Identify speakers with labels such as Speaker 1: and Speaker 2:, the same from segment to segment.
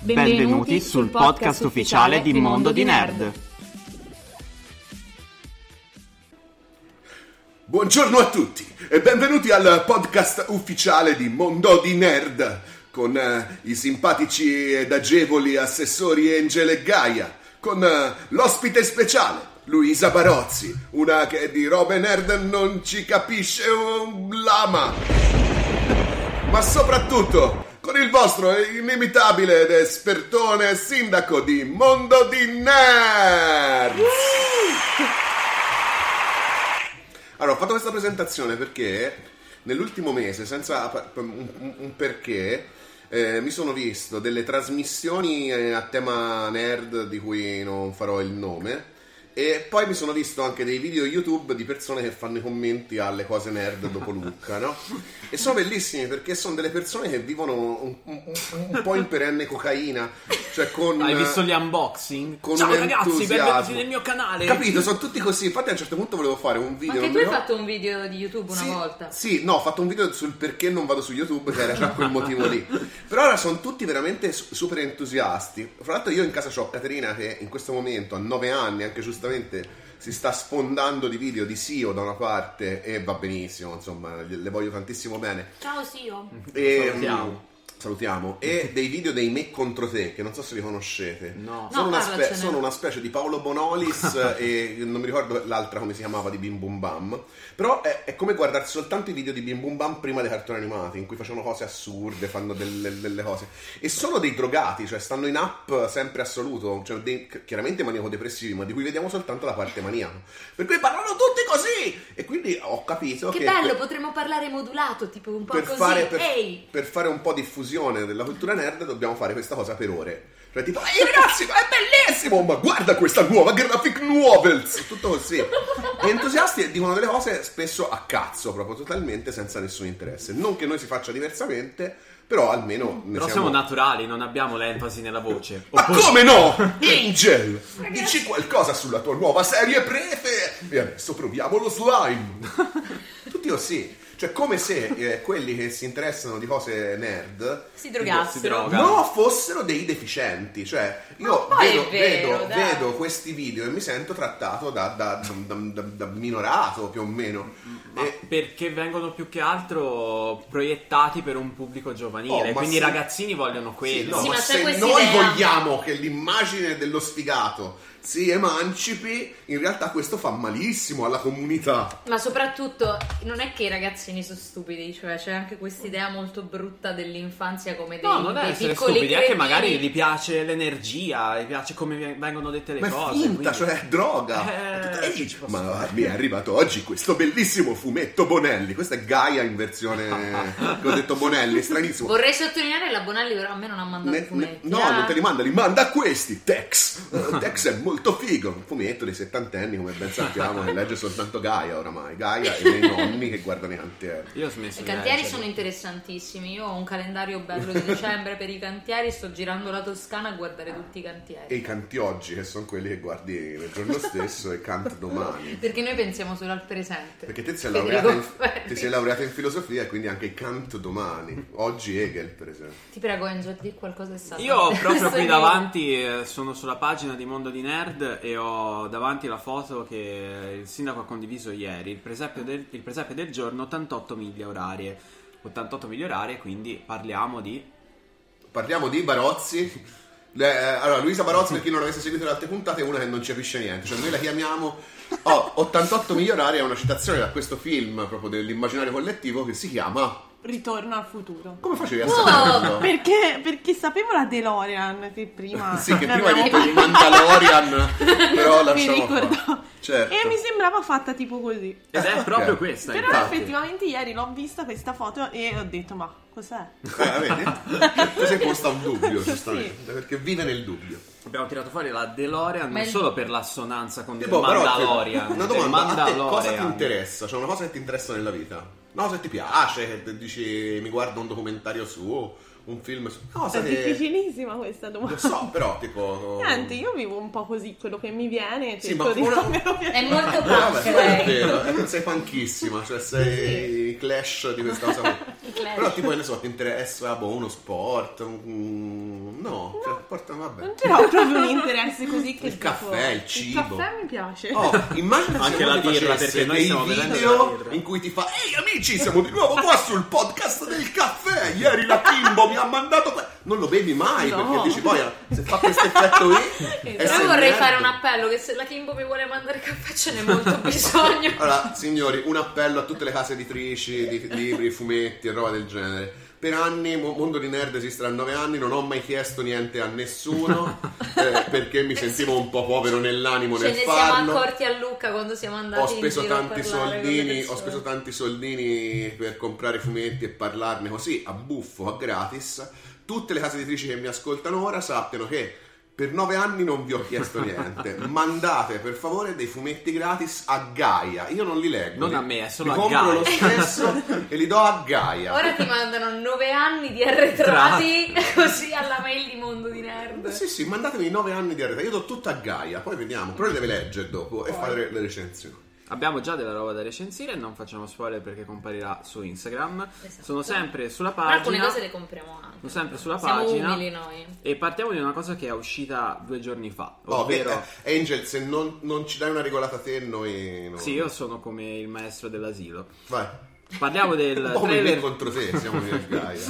Speaker 1: Benvenuti, sul podcast ufficiale di Mondo di Nerd.
Speaker 2: Buongiorno a tutti e benvenuti al podcast ufficiale di Mondo di Nerd con eh, i simpatici ed agevoli assessori Angel e Gaia, con eh, l'ospite speciale Luisa Barozzi, una che di robe nerd non ci capisce un lama, ma soprattutto con il vostro inimitabile ed espertone sindaco di Mondo di Nerd. Allora, ho fatto questa presentazione perché nell'ultimo mese, senza pa- un, un- un perché, eh, mi sono visto delle trasmissioni eh, a tema nerd di cui non farò il nome. E poi mi sono visto anche dei video YouTube di persone che fanno i commenti alle cose nerd dopo Lucca, no? E sono bellissimi perché sono delle persone che vivono un, un- un- un po' in perenne cocaina, cioè con...
Speaker 3: Hai visto gli unboxing?
Speaker 2: con
Speaker 3: Ciao
Speaker 2: un
Speaker 3: ragazzi,
Speaker 2: entusiasmo.
Speaker 3: benvenuti nel mio canale.
Speaker 2: Capito, sono tutti così. Infatti a un certo punto volevo fare un
Speaker 4: Ma
Speaker 2: video...
Speaker 4: anche tu hai
Speaker 2: no?
Speaker 4: fatto un video di YouTube una
Speaker 2: sì,
Speaker 4: volta.
Speaker 2: Sì, no, ho fatto un video sul perché non vado su YouTube, che era già quel motivo lì. Però ora sono tutti veramente su- super entusiasti. Fra l'altro io in casa ho Caterina che in questo momento a 9 anni, anche giustamente, si sta sfondando di video di Sio da una parte e va benissimo, insomma, gli- le voglio tantissimo bene.
Speaker 5: Ciao Sio.
Speaker 2: E,
Speaker 3: Salutiamo.
Speaker 2: mm, salutiamo. E dei video dei me contro te, che non so se li conoscete.
Speaker 3: No.
Speaker 2: Sono,
Speaker 4: No,
Speaker 2: una, spe-
Speaker 4: parlacene.
Speaker 2: sono una specie di Paolo Bonolis e non mi ricordo l'altra come si chiamava di Bim Bum Bam. Però è, è come guardarsi soltanto i video di Bim Bum Bam prima dei cartoni animati, in cui facevano cose assurde, fanno delle, delle cose. E sono dei drogati, cioè stanno in up sempre assoluto, cioè dei- chiaramente maniaco-depressivi, ma di cui vediamo soltanto la parte maniaco. Per cui parlano tutti così! E quindi ho capito che...
Speaker 4: Che bello, potremmo parlare modulato, tipo un po'
Speaker 2: per
Speaker 4: così.
Speaker 2: fare, per,
Speaker 4: Ehi!
Speaker 2: per fare un po' diffusione della cultura nerd dobbiamo fare questa cosa per ore. Cioè tipo, ehi ragazzi, ma è bellissimo! Ma guarda questa nuova graphic novels! Tutto così. E entusiasti e dicono delle cose spesso a cazzo, proprio totalmente senza nessun interesse. Non che noi si faccia diversamente, però almeno ne
Speaker 3: Però siamo... naturali, non abbiamo l'enfasi nella voce.
Speaker 2: ma
Speaker 3: Oppure-
Speaker 2: come no? Angel, dici qualcosa sulla tua nuova serie prefe e adesso proviamo lo slime. Tutti così, cioè come se eh, quelli che si interessano di cose nerd
Speaker 4: Si
Speaker 3: Si
Speaker 4: drogassero.
Speaker 3: droga.
Speaker 2: No, fossero dei deficienti. Cioè, io
Speaker 4: Ma poi
Speaker 2: vedo,
Speaker 4: è vero,
Speaker 2: vedo-
Speaker 4: dai.
Speaker 2: vedo questi video e mi sento trattato da, da- da- da- da minorato più o meno.
Speaker 3: Ma
Speaker 2: E-
Speaker 3: Perché vengono più che altro proiettati per un pubblico
Speaker 2: Oh, ma
Speaker 3: giovanile.
Speaker 2: sì.
Speaker 3: quindi i ragazzini vogliono
Speaker 2: sì,
Speaker 3: quello.
Speaker 2: no,
Speaker 4: Sì,
Speaker 2: ma
Speaker 4: ma c'è
Speaker 2: se noi
Speaker 4: questa idea.
Speaker 2: vogliamo che l'immagine dello sfigato si emancipi, in realtà questo fa malissimo alla comunità.
Speaker 4: Ma soprattutto non è che i ragazzini sono stupidi, cioè c'è anche questa idea molto brutta dell'infanzia come dei,
Speaker 3: No, non è
Speaker 4: dei
Speaker 3: essere
Speaker 4: piccoli
Speaker 3: stupidi, è che
Speaker 4: cretini.
Speaker 3: magari gli piace l'energia, gli piace come vengono dette le
Speaker 2: Ma è
Speaker 3: cose.
Speaker 2: finta,
Speaker 3: quindi-
Speaker 2: cioè è droga.
Speaker 3: Eh,
Speaker 2: Tutto- Ehi,
Speaker 3: sì, ci posso
Speaker 2: ma
Speaker 3: fare.
Speaker 2: mi è arrivato oggi questo bellissimo fumetto Bonelli. Questa è Gaia in versione che ho detto Bonelli, è stranissimo.
Speaker 4: Vorrei sottolineare la Bonelli però a me non ha mandato
Speaker 2: Ne-
Speaker 4: i fumetti.
Speaker 2: ne- no,
Speaker 4: Ah.
Speaker 2: non te li manda, li manda a questi. Tex. Eh, Tex è molto figo. Un fumetto dei settantenni, come ben sappiamo, che legge soltanto Gaia oramai. Gaia e i miei nonni che guardano i cantieri.
Speaker 3: Io ho smesso
Speaker 4: I
Speaker 3: di
Speaker 4: cantieri
Speaker 3: leggere.
Speaker 4: sono interessantissimi. Io ho un calendario bello di dicembre per i cantieri. Sto girando la Toscana a guardare tutti i
Speaker 2: E
Speaker 4: cantieri.
Speaker 2: i cantioggi, che sono quelli che guardi il giorno stesso e canti domani.
Speaker 4: Perché noi pensiamo solo al presente.
Speaker 2: Perché te sei,
Speaker 4: Federico
Speaker 2: laureata in,
Speaker 4: Ferri.
Speaker 2: te sei laureata in filosofia e quindi anche i cant domani. Oggi Hegel, per esempio.
Speaker 4: Ti prego, Angel, di qualcosa è stato.
Speaker 3: Io proprio qui davanti eh, sono sulla pagina di Mondo di Nerd e ho davanti la foto che il sindaco ha condiviso ieri, il presepe del, il presepe del giorno 88 miglia orarie. 88 miglia orarie, quindi parliamo di...
Speaker 2: Parliamo di Barozzi. Le- eh, allora, Luisa Barozzi, per chi non avesse seguito le altre puntate, è una che non ci capisce niente. Cioè, noi la chiamiamo oh, 88 migliorari è una citazione da questo film proprio dell'immaginario collettivo che si chiama
Speaker 5: Ritorno al futuro.
Speaker 2: Come facevi a
Speaker 4: Wow!
Speaker 2: saperlo?
Speaker 5: Perché, perché sapevo la DeLorean che prima...
Speaker 2: sì, che
Speaker 5: ne
Speaker 2: prima hai
Speaker 5: abbiamo
Speaker 2: detto il
Speaker 5: parlato.
Speaker 2: Mandalorian, però
Speaker 5: mi
Speaker 2: lasciamo qua.
Speaker 5: ricordavo.
Speaker 2: Certo.
Speaker 5: E mi sembrava fatta tipo così.
Speaker 3: Ed è
Speaker 2: Ah,
Speaker 3: proprio
Speaker 2: ok.
Speaker 3: questa.
Speaker 5: Però
Speaker 3: infatti.
Speaker 5: effettivamente ieri l'ho vista questa foto e ho detto ma cos'è?
Speaker 2: Eh, vedi? Tu sei posta a un dubbio,
Speaker 5: Sì.
Speaker 2: giustamente, perché vive nel dubbio.
Speaker 3: Abbiamo tirato fuori la DeLorean
Speaker 4: Ma
Speaker 3: non
Speaker 4: il-
Speaker 3: solo per l'assonanza con
Speaker 2: E
Speaker 3: il
Speaker 2: boh, però,
Speaker 3: Mandalorian.
Speaker 2: Una
Speaker 3: del
Speaker 2: domanda, a te cosa ti
Speaker 3: Mandalorian.
Speaker 2: interessa? Cioè una cosa che ti interessa nella vita? Una cosa che ti piace, che te- dici mi guardo un documentario su, un film su... Una cosa
Speaker 5: È
Speaker 2: che...
Speaker 5: difficilissima questa domanda.
Speaker 2: Lo so, però tipo...
Speaker 5: Niente, io vivo un po' così, quello che mi viene,
Speaker 2: Sì,
Speaker 5: cerco
Speaker 2: ma
Speaker 5: di
Speaker 2: una-
Speaker 5: farmelo
Speaker 4: È
Speaker 5: piacere.
Speaker 4: molto
Speaker 2: Ah,
Speaker 4: pazzo
Speaker 2: vabbè, quello è
Speaker 4: lei.
Speaker 2: vero, eh, non sei panchissima, cioè sei clash di questa cosa. qui.
Speaker 4: Clash.
Speaker 2: Però tipo, che ne so, ti interessa boh, uno sport, un- no, cioè, porta- vabbè.
Speaker 5: Non ce l'ho proprio un interesse così che
Speaker 2: Il
Speaker 5: dico,
Speaker 2: caffè, il cibo.
Speaker 5: caffè mi piace.
Speaker 2: Oh, immagina
Speaker 3: Anche
Speaker 2: se uno
Speaker 3: la
Speaker 2: ti
Speaker 3: birra,
Speaker 2: facesse
Speaker 3: perché noi
Speaker 2: dei
Speaker 3: stiamo bevendo la
Speaker 2: video
Speaker 3: birra.
Speaker 2: in cui ti fa Ehi amici, siamo di nuovo qua sul podcast del caffè. Ieri la Kimbo mi ha mandato que-". Non lo bevi mai,
Speaker 5: No.
Speaker 2: perché dici poi se fa questo effetto lì. è
Speaker 4: Però
Speaker 2: sempre
Speaker 4: vorrei fare
Speaker 2: merda".
Speaker 4: un appello che se la Kimbo mi vuole mandare caffè ce n'è molto bisogno.
Speaker 2: Allora, signori, un appello a tutte le case editrici di libri, fumetti e roba del genere. Per anni, Mo- Mondo di Nerd esiste da nove anni, non ho mai chiesto niente a nessuno eh, perché mi sentivo un po' povero nell'animo
Speaker 4: Ce
Speaker 2: nel
Speaker 4: ne siamo
Speaker 2: farlo.
Speaker 4: accorti a Lucca quando siamo andati
Speaker 2: ho
Speaker 4: in
Speaker 2: speso
Speaker 4: giro a
Speaker 2: tanti
Speaker 4: parlare con le
Speaker 2: soldini, ho
Speaker 4: persone.
Speaker 2: speso tanti soldini per comprare fumetti e parlarne così a buffo, a gratis. Tutte le case editrici che mi ascoltano ora sappiano che per nove anni non vi ho chiesto niente. Mandate per favore dei fumetti gratis a Gaia. Io non li leggo.
Speaker 3: Non
Speaker 2: li-
Speaker 3: a me, è solo
Speaker 2: li
Speaker 3: a
Speaker 2: compro
Speaker 3: Gaia.
Speaker 2: lo stesso e li do a Gaia.
Speaker 4: Ora ti mandano nove anni di arretrati così alla mail di Mondo di Nerd.
Speaker 2: sì, sì, mandatemi nove anni di arretrato. Io do tutto a Gaia, poi vediamo. Però li deve leggere dopo e fare le recensioni.
Speaker 3: Abbiamo già della roba da recensire, non facciamo spoiler perché comparirà su Instagram.
Speaker 4: Esatto.
Speaker 3: Sono sempre sulla
Speaker 4: Però alcune
Speaker 3: pagina.
Speaker 4: cose le compriamo anche.
Speaker 3: Sono sempre sulla
Speaker 4: Siamo
Speaker 3: pagina.
Speaker 4: umili noi.
Speaker 3: E partiamo di una cosa che è uscita due giorni fa,
Speaker 2: Oh,
Speaker 3: ovvero.
Speaker 2: eh, Angel, se non, non ci dai una regolata a te, noi. non-
Speaker 3: Sì, io sono come il maestro dell'asilo.
Speaker 2: Vai.
Speaker 3: Parliamo del
Speaker 2: Un po' come me
Speaker 3: trailer,
Speaker 2: contro te siamo in Gaia.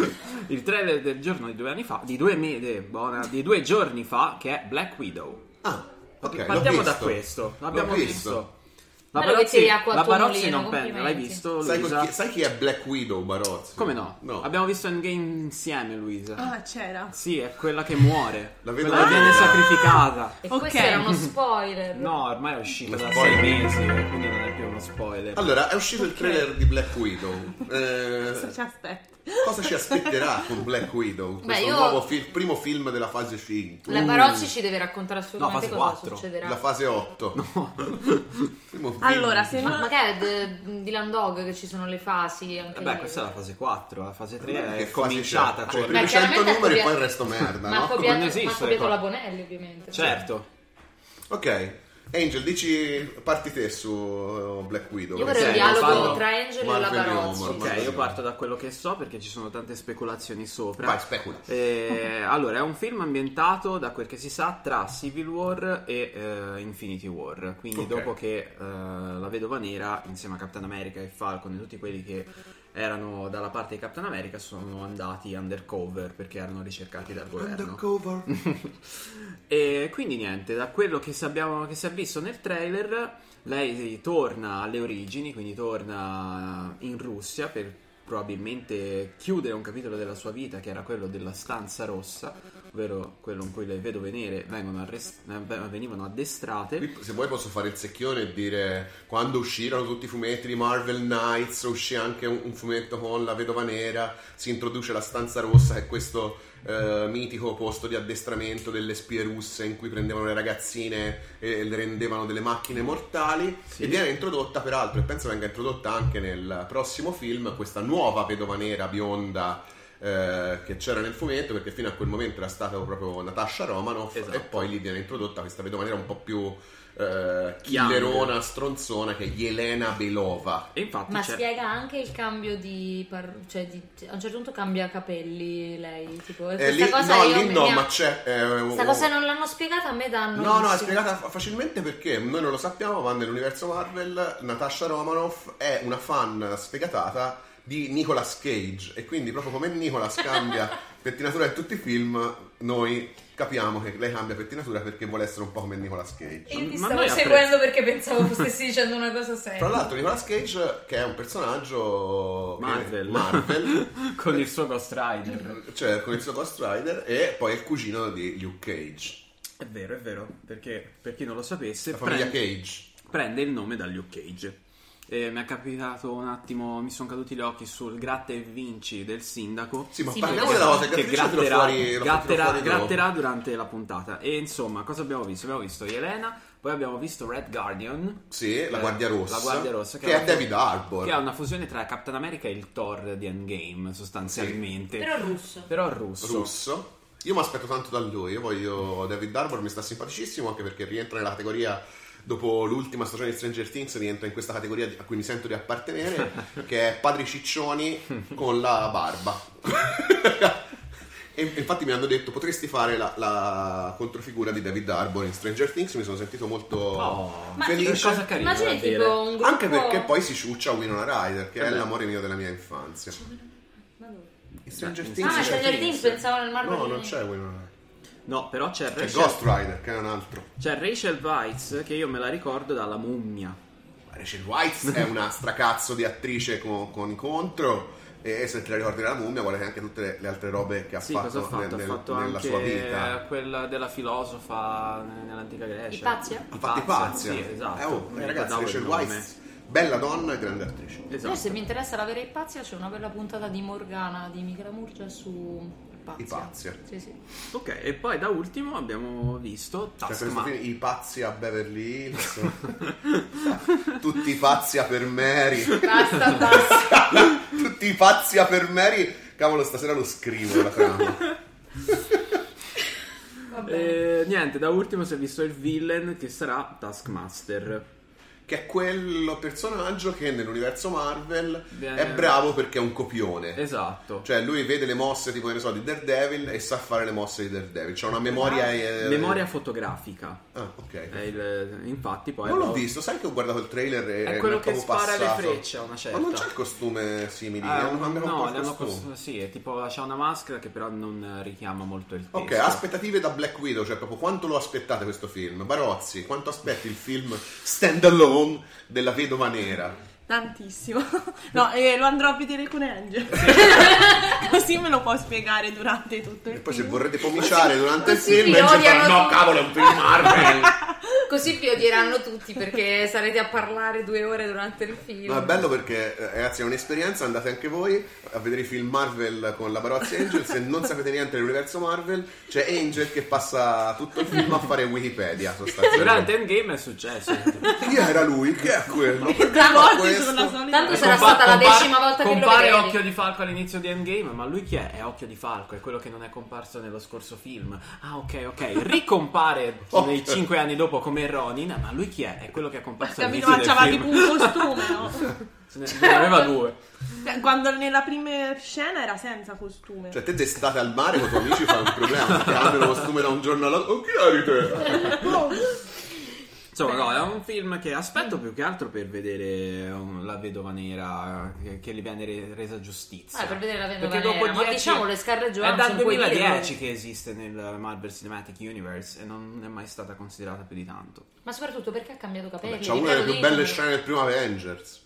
Speaker 3: il trailer del giorno di due anni fa, di due, me- de- buona, di due giorni fa, che è Black Widow.
Speaker 2: Ah, ok. l'ho
Speaker 3: Partiamo da
Speaker 2: visto.
Speaker 3: questo,
Speaker 2: L'ho
Speaker 3: l'abbiamo visto. La
Speaker 4: Bello che
Speaker 3: Barozzi,
Speaker 4: tiri acqua a
Speaker 3: la
Speaker 4: tuo
Speaker 3: Barozzi
Speaker 4: mulino,
Speaker 3: non perde, l'hai
Speaker 4: complimenti.
Speaker 3: visto
Speaker 2: Sai, con
Speaker 3: Luisa?
Speaker 2: chi, sai chi è Black Widow, Barozzi?
Speaker 3: Come no?
Speaker 2: No.
Speaker 3: Abbiamo visto Endgame insieme Luisa.
Speaker 5: Ah, c'era.
Speaker 3: Sì, è quella che muore.
Speaker 2: La vedo-
Speaker 3: quella che viene
Speaker 2: Ah!
Speaker 3: sacrificata.
Speaker 4: E
Speaker 5: Ok.
Speaker 4: questo era uno spoiler.
Speaker 3: No, ormai è uscita
Speaker 2: Lo
Speaker 3: da sei
Speaker 2: spoiler.
Speaker 3: mesi, quindi non è più uno spoiler.
Speaker 2: Allora, è uscito il trailer di Black Widow.
Speaker 5: Cosa ci
Speaker 2: Eh,
Speaker 5: aspetta?
Speaker 2: cosa ci aspetterà con Black Widow? Questo
Speaker 4: io-
Speaker 2: nuovo fil- primo film della fase 5.
Speaker 4: La Barocci ci deve raccontare assolutamente
Speaker 3: No, fase
Speaker 4: cosa
Speaker 3: 4.
Speaker 4: succederà.
Speaker 2: La fase 8. Primo film.
Speaker 5: Allora, se
Speaker 4: Ma
Speaker 5: non...
Speaker 4: magari è d- di Landog che ci sono le fasi anche
Speaker 3: Eh, Beh,
Speaker 4: lì.
Speaker 3: questa è la fase 4, la fase 3
Speaker 2: Che
Speaker 3: è
Speaker 2: fase
Speaker 3: cominciata.
Speaker 2: c'è? Cioè, i
Speaker 3: con-
Speaker 4: Beh,
Speaker 2: primi 100
Speaker 4: chiaramente ha
Speaker 2: numeri e poi il
Speaker 4: copiato-
Speaker 2: resto merda,
Speaker 4: Ma ha
Speaker 2: no?
Speaker 4: copiato,
Speaker 3: Non
Speaker 4: ma
Speaker 3: esiste
Speaker 4: ha copiato
Speaker 3: qua.
Speaker 4: la Bonelli, ovviamente.
Speaker 3: Certo.
Speaker 2: Ok. Angel, dici parti te su eh, Black Widow.
Speaker 4: Io vorrei
Speaker 3: un
Speaker 2: Sì,
Speaker 3: dialogo
Speaker 2: fanno
Speaker 4: tra Angel e
Speaker 2: Marvel
Speaker 4: la Barozzi.
Speaker 2: Rumor,
Speaker 4: Ma
Speaker 3: Ok,
Speaker 2: Marvel
Speaker 3: io
Speaker 2: Rumor.
Speaker 3: parto da quello che so perché ci sono tante speculazioni sopra.
Speaker 2: Vai, specula.
Speaker 3: Eh, allora, è un film ambientato, da quel che si sa, tra Civil War e eh, Infinity War. Quindi,
Speaker 2: Ok.
Speaker 3: dopo che eh, la vedova nera, insieme a Captain America e Falcon e tutti quelli che erano dalla parte di Captain America, sono andati undercover perché erano ricercati dal governo.
Speaker 2: Undercover.
Speaker 3: E quindi niente, da quello che, sappiamo- che si è visto nel trailer, lei torna alle origini, quindi torna in Russia per probabilmente chiudere un capitolo della sua vita che era quello della stanza rossa, ovvero quello in cui le vedove nere vengono arrest- eh, beh, venivano addestrate.
Speaker 2: Qui, Se vuoi posso fare il secchione e dire quando uscirono tutti i fumetti di Marvel Knights, uscì anche un, un fumetto con la vedova nera, si introduce la stanza rossa che è questo eh, mitico posto di addestramento delle spie russe in cui prendevano le ragazzine e le rendevano delle macchine mortali
Speaker 3: Sì.
Speaker 2: e viene introdotta peraltro e penso venga introdotta anche nel prossimo film questa nuova vedova nera bionda eh, che c'era nel fumetto perché fino a quel momento era stata proprio Natasha Romanoff
Speaker 3: Esatto.
Speaker 2: e poi lì viene introdotta questa vedova nera un po' più eh, killerona stronzona che è Yelena Belova
Speaker 3: E infatti
Speaker 4: Ma
Speaker 3: c'è-
Speaker 4: spiega anche il cambio di, par- cioè di- A un certo punto cambia capelli lei. Tipo, e
Speaker 2: Eh,
Speaker 4: questa
Speaker 2: lì,
Speaker 4: cosa
Speaker 2: no,
Speaker 4: io
Speaker 2: lì
Speaker 4: mi-
Speaker 2: no
Speaker 4: mi ha-
Speaker 2: ma c'è eh,
Speaker 4: Questa
Speaker 2: un-
Speaker 4: cosa non l'hanno spiegata, a me danno.
Speaker 2: No, no, è
Speaker 4: sì.
Speaker 2: spiegata fa- facilmente perché noi non lo sappiamo, ma nell'universo Marvel Natasha Romanoff è una fan sfegatata di Nicolas Cage e quindi proprio come Nicolas cambia pettinatura in tutti i film, noi capiamo che lei cambia pettinatura perché vuole essere un po' come Nicolas Cage.
Speaker 4: Io ti
Speaker 3: Ma
Speaker 4: stavo
Speaker 3: noi
Speaker 4: seguendo perché pensavo tu stessi dicendo una cosa
Speaker 2: Tra
Speaker 4: seria.
Speaker 2: l'altro Nicolas Cage che è un personaggio che-
Speaker 3: Marvel.
Speaker 2: Marvel,
Speaker 3: con il suo Ghost Rider.
Speaker 2: cioè con il suo Ghost Rider e poi è il cugino di Luke Cage,
Speaker 3: È vero, è vero, perché per chi non lo sapesse,
Speaker 2: la famiglia
Speaker 3: prende-
Speaker 2: Cage.
Speaker 3: prende il nome da Luke Cage. E mi è capitato un attimo, mi sono caduti gli occhi sul gratta e vinci del sindaco.
Speaker 2: Sì, ma
Speaker 4: Sì,
Speaker 2: parliamo
Speaker 4: perché-
Speaker 2: della volta
Speaker 3: che
Speaker 2: che gratterà
Speaker 3: gratterà,
Speaker 2: fuori, lo
Speaker 3: gratterà-
Speaker 2: fatelo fuori dopo.
Speaker 3: gratterà durante la puntata. E insomma, cosa abbiamo visto? Abbiamo visto Yelena, poi abbiamo visto Red Guardian.
Speaker 2: Sì, la
Speaker 3: eh,
Speaker 2: Guardia Rossa.
Speaker 3: la Guardia Rossa,
Speaker 2: Che,
Speaker 3: che
Speaker 2: è
Speaker 3: è-
Speaker 2: David Harbour.
Speaker 3: Che è una fusione tra Captain America e il Thor di Endgame, sostanzialmente.
Speaker 4: Però russo.
Speaker 3: Però russo.
Speaker 2: russo. Io mi aspetto tanto da lui. Io voglio David Harbour, mi sta simpaticissimo anche perché rientra nella categoria. Dopo l'ultima stagione di Stranger Things rientra in questa categoria di- a cui mi sento di appartenere, che è padri ciccioni con la barba. e infatti mi hanno detto potresti fare la, la controfigura di David Harbour in Stranger Things, mi sono sentito molto
Speaker 3: Oh,
Speaker 4: Ma
Speaker 3: che
Speaker 2: felice.
Speaker 3: cosa carina.
Speaker 4: Immagini
Speaker 3: da dire.
Speaker 4: tipo un gruppo...
Speaker 2: Anche perché poi si ciuccia Winona Ryder, che è
Speaker 3: Vabbè.
Speaker 2: l'amore mio della mia infanzia.
Speaker 4: Ma dove?
Speaker 2: In Stranger
Speaker 3: Ah,
Speaker 2: Things
Speaker 4: Ah,
Speaker 2: c'è
Speaker 4: Stranger Things
Speaker 3: Things.
Speaker 4: pensavo nel Marvel.
Speaker 2: No, non c'è Winona Ryder.
Speaker 3: No, però c'è
Speaker 2: C'è
Speaker 3: Rachel,
Speaker 2: Ghost Rider, che è un altro.
Speaker 3: c'è Rachel Weisz che io me la ricordo dalla mummia.
Speaker 2: Ma Rachel White è una stracazzo di attrice con, con incontro. E se te la ricordi la mummia, vuole anche tutte le, le altre robe che ha
Speaker 3: Sì,
Speaker 2: fatto,
Speaker 3: cosa ha fatto?
Speaker 2: nel-
Speaker 3: ha fatto
Speaker 2: nella
Speaker 3: anche
Speaker 2: sua vita.
Speaker 3: quella della filosofa nell'antica Grecia.
Speaker 4: Ipazia?
Speaker 2: Ha fatto i pazzi.
Speaker 3: Sì, esatto.
Speaker 2: Eh, oh,
Speaker 3: Mi
Speaker 2: ragazzi,
Speaker 3: ricordavo il
Speaker 2: Rachel
Speaker 3: nome.
Speaker 2: White, bella donna e grande attrice.
Speaker 3: Esatto.
Speaker 4: se mi interessa la vera Ipazia c'è una bella puntata di Morgana di Michela Murgia su Ipazia.
Speaker 2: Ipazia.
Speaker 4: Sì, sì.
Speaker 3: Ok, e poi da ultimo abbiamo visto
Speaker 2: Cioè, per questo
Speaker 3: Taskmaster.
Speaker 2: film, i pazzi a Beverly Hills, tutti i pazzi a per Mary,
Speaker 4: Basta, basta.
Speaker 2: tutti i pazzi a per Mary. Cavolo, stasera lo scrivo la trama.
Speaker 4: Vabbè.
Speaker 3: Eh, niente, da ultimo si è visto il villain che sarà Taskmaster.
Speaker 2: Eh. che è quello personaggio che nell'universo Marvel
Speaker 3: Viene-
Speaker 2: è bravo perché è un copione.
Speaker 3: Esatto.
Speaker 2: Cioè, lui vede le mosse tipo, che ne so, di Daredevil e sa fare le mosse di Daredevil. C'è una memoria. eh,
Speaker 3: Memoria Eh, fotografica.
Speaker 2: Ah, ok.
Speaker 3: È il- infatti poi...
Speaker 2: non l'ho
Speaker 3: lo-
Speaker 2: visto, sai che ho guardato il trailer e
Speaker 3: È
Speaker 2: mi
Speaker 3: quello che
Speaker 2: proprio
Speaker 3: spara le
Speaker 2: passato.
Speaker 3: frecce a una certa.
Speaker 2: Ma non c'è il costume simile?
Speaker 3: Ah,
Speaker 2: eh, hanno cambiato un po'
Speaker 3: no,
Speaker 2: il
Speaker 3: le hanno
Speaker 2: costume.
Speaker 3: cos- sì, è tipo c'ha una maschera che però non richiama molto il testo.
Speaker 2: Ok,
Speaker 4: Esatto.
Speaker 2: aspettative da Black Widow, cioè proprio quanto lo aspettate questo film? Barozzi, quanto aspetti il film stand alone della vedova nera?
Speaker 5: Tantissimo. No, eh, lo andrò a vedere con Angel. Così me lo può spiegare durante tutto il
Speaker 2: E poi se
Speaker 5: film.
Speaker 2: vorrete pomiciare durante il
Speaker 4: Sì,
Speaker 2: film,
Speaker 4: sì,
Speaker 2: Angel
Speaker 4: odiano
Speaker 2: fa, no,
Speaker 4: tutti."
Speaker 2: cavolo, è un film Marvel.
Speaker 4: Così vi odieranno tutti perché sarete a parlare due ore durante il film.
Speaker 2: No, è bello perché, eh, ragazzi, è un'esperienza, andate anche voi a vedere i film Marvel con la Barozzi Angel. Se non sapete niente dell'universo Marvel, c'è Angel che passa tutto il film a fare Wikipedia, sostanzialmente.
Speaker 3: Durante Endgame è successo.
Speaker 2: Chi era lui? Che è quello?
Speaker 5: Tre
Speaker 2: Perché fa
Speaker 5: volte
Speaker 2: questo?
Speaker 5: sono la solita.
Speaker 2: eh,
Speaker 4: Tanto sarà stata la decima volta che lo
Speaker 3: Compare
Speaker 4: vedi.
Speaker 3: Occhio di Falco all'inizio di Endgame, ma lui chi è? È Occhio di Falco, è quello che non è comparso nello scorso film. Ah, ok, ok. Ricompare
Speaker 2: Ok.
Speaker 3: nei cinque anni dopo come Ronin, ma lui chi è? È quello che è comparso
Speaker 5: Capito,
Speaker 3: all'inizio
Speaker 5: ma
Speaker 3: del
Speaker 5: c'aveva
Speaker 3: film.
Speaker 5: tipo un costume, no?
Speaker 3: Se ne- se ne aveva due.
Speaker 5: Cioè, Quando nella prima scena era senza costume.
Speaker 2: Cioè, te d'estate al mare con i tuoi amici fai un problema. Ti cambiano costume da un giorno all'altro. Oh, chi eri te?
Speaker 3: Insomma, no, è un film che aspetto più che altro per vedere um, la vedova nera eh, che, che gli viene re- resa giustizia.
Speaker 4: Ah, per vedere la vedova
Speaker 3: Perché
Speaker 4: nera,
Speaker 3: dopo
Speaker 4: ma
Speaker 3: 10
Speaker 4: diciamo le Scarlett
Speaker 3: È dal
Speaker 4: Johansson, puoi
Speaker 3: 2010
Speaker 4: dirlo.
Speaker 3: che esiste nel Marvel Cinematic Universe e non è mai stata considerata più di tanto.
Speaker 4: Ma soprattutto perché ha cambiato capelli?
Speaker 2: C'è una delle
Speaker 4: Riccardo,
Speaker 2: più belle
Speaker 4: dimmi.
Speaker 2: scene del primo Avengers.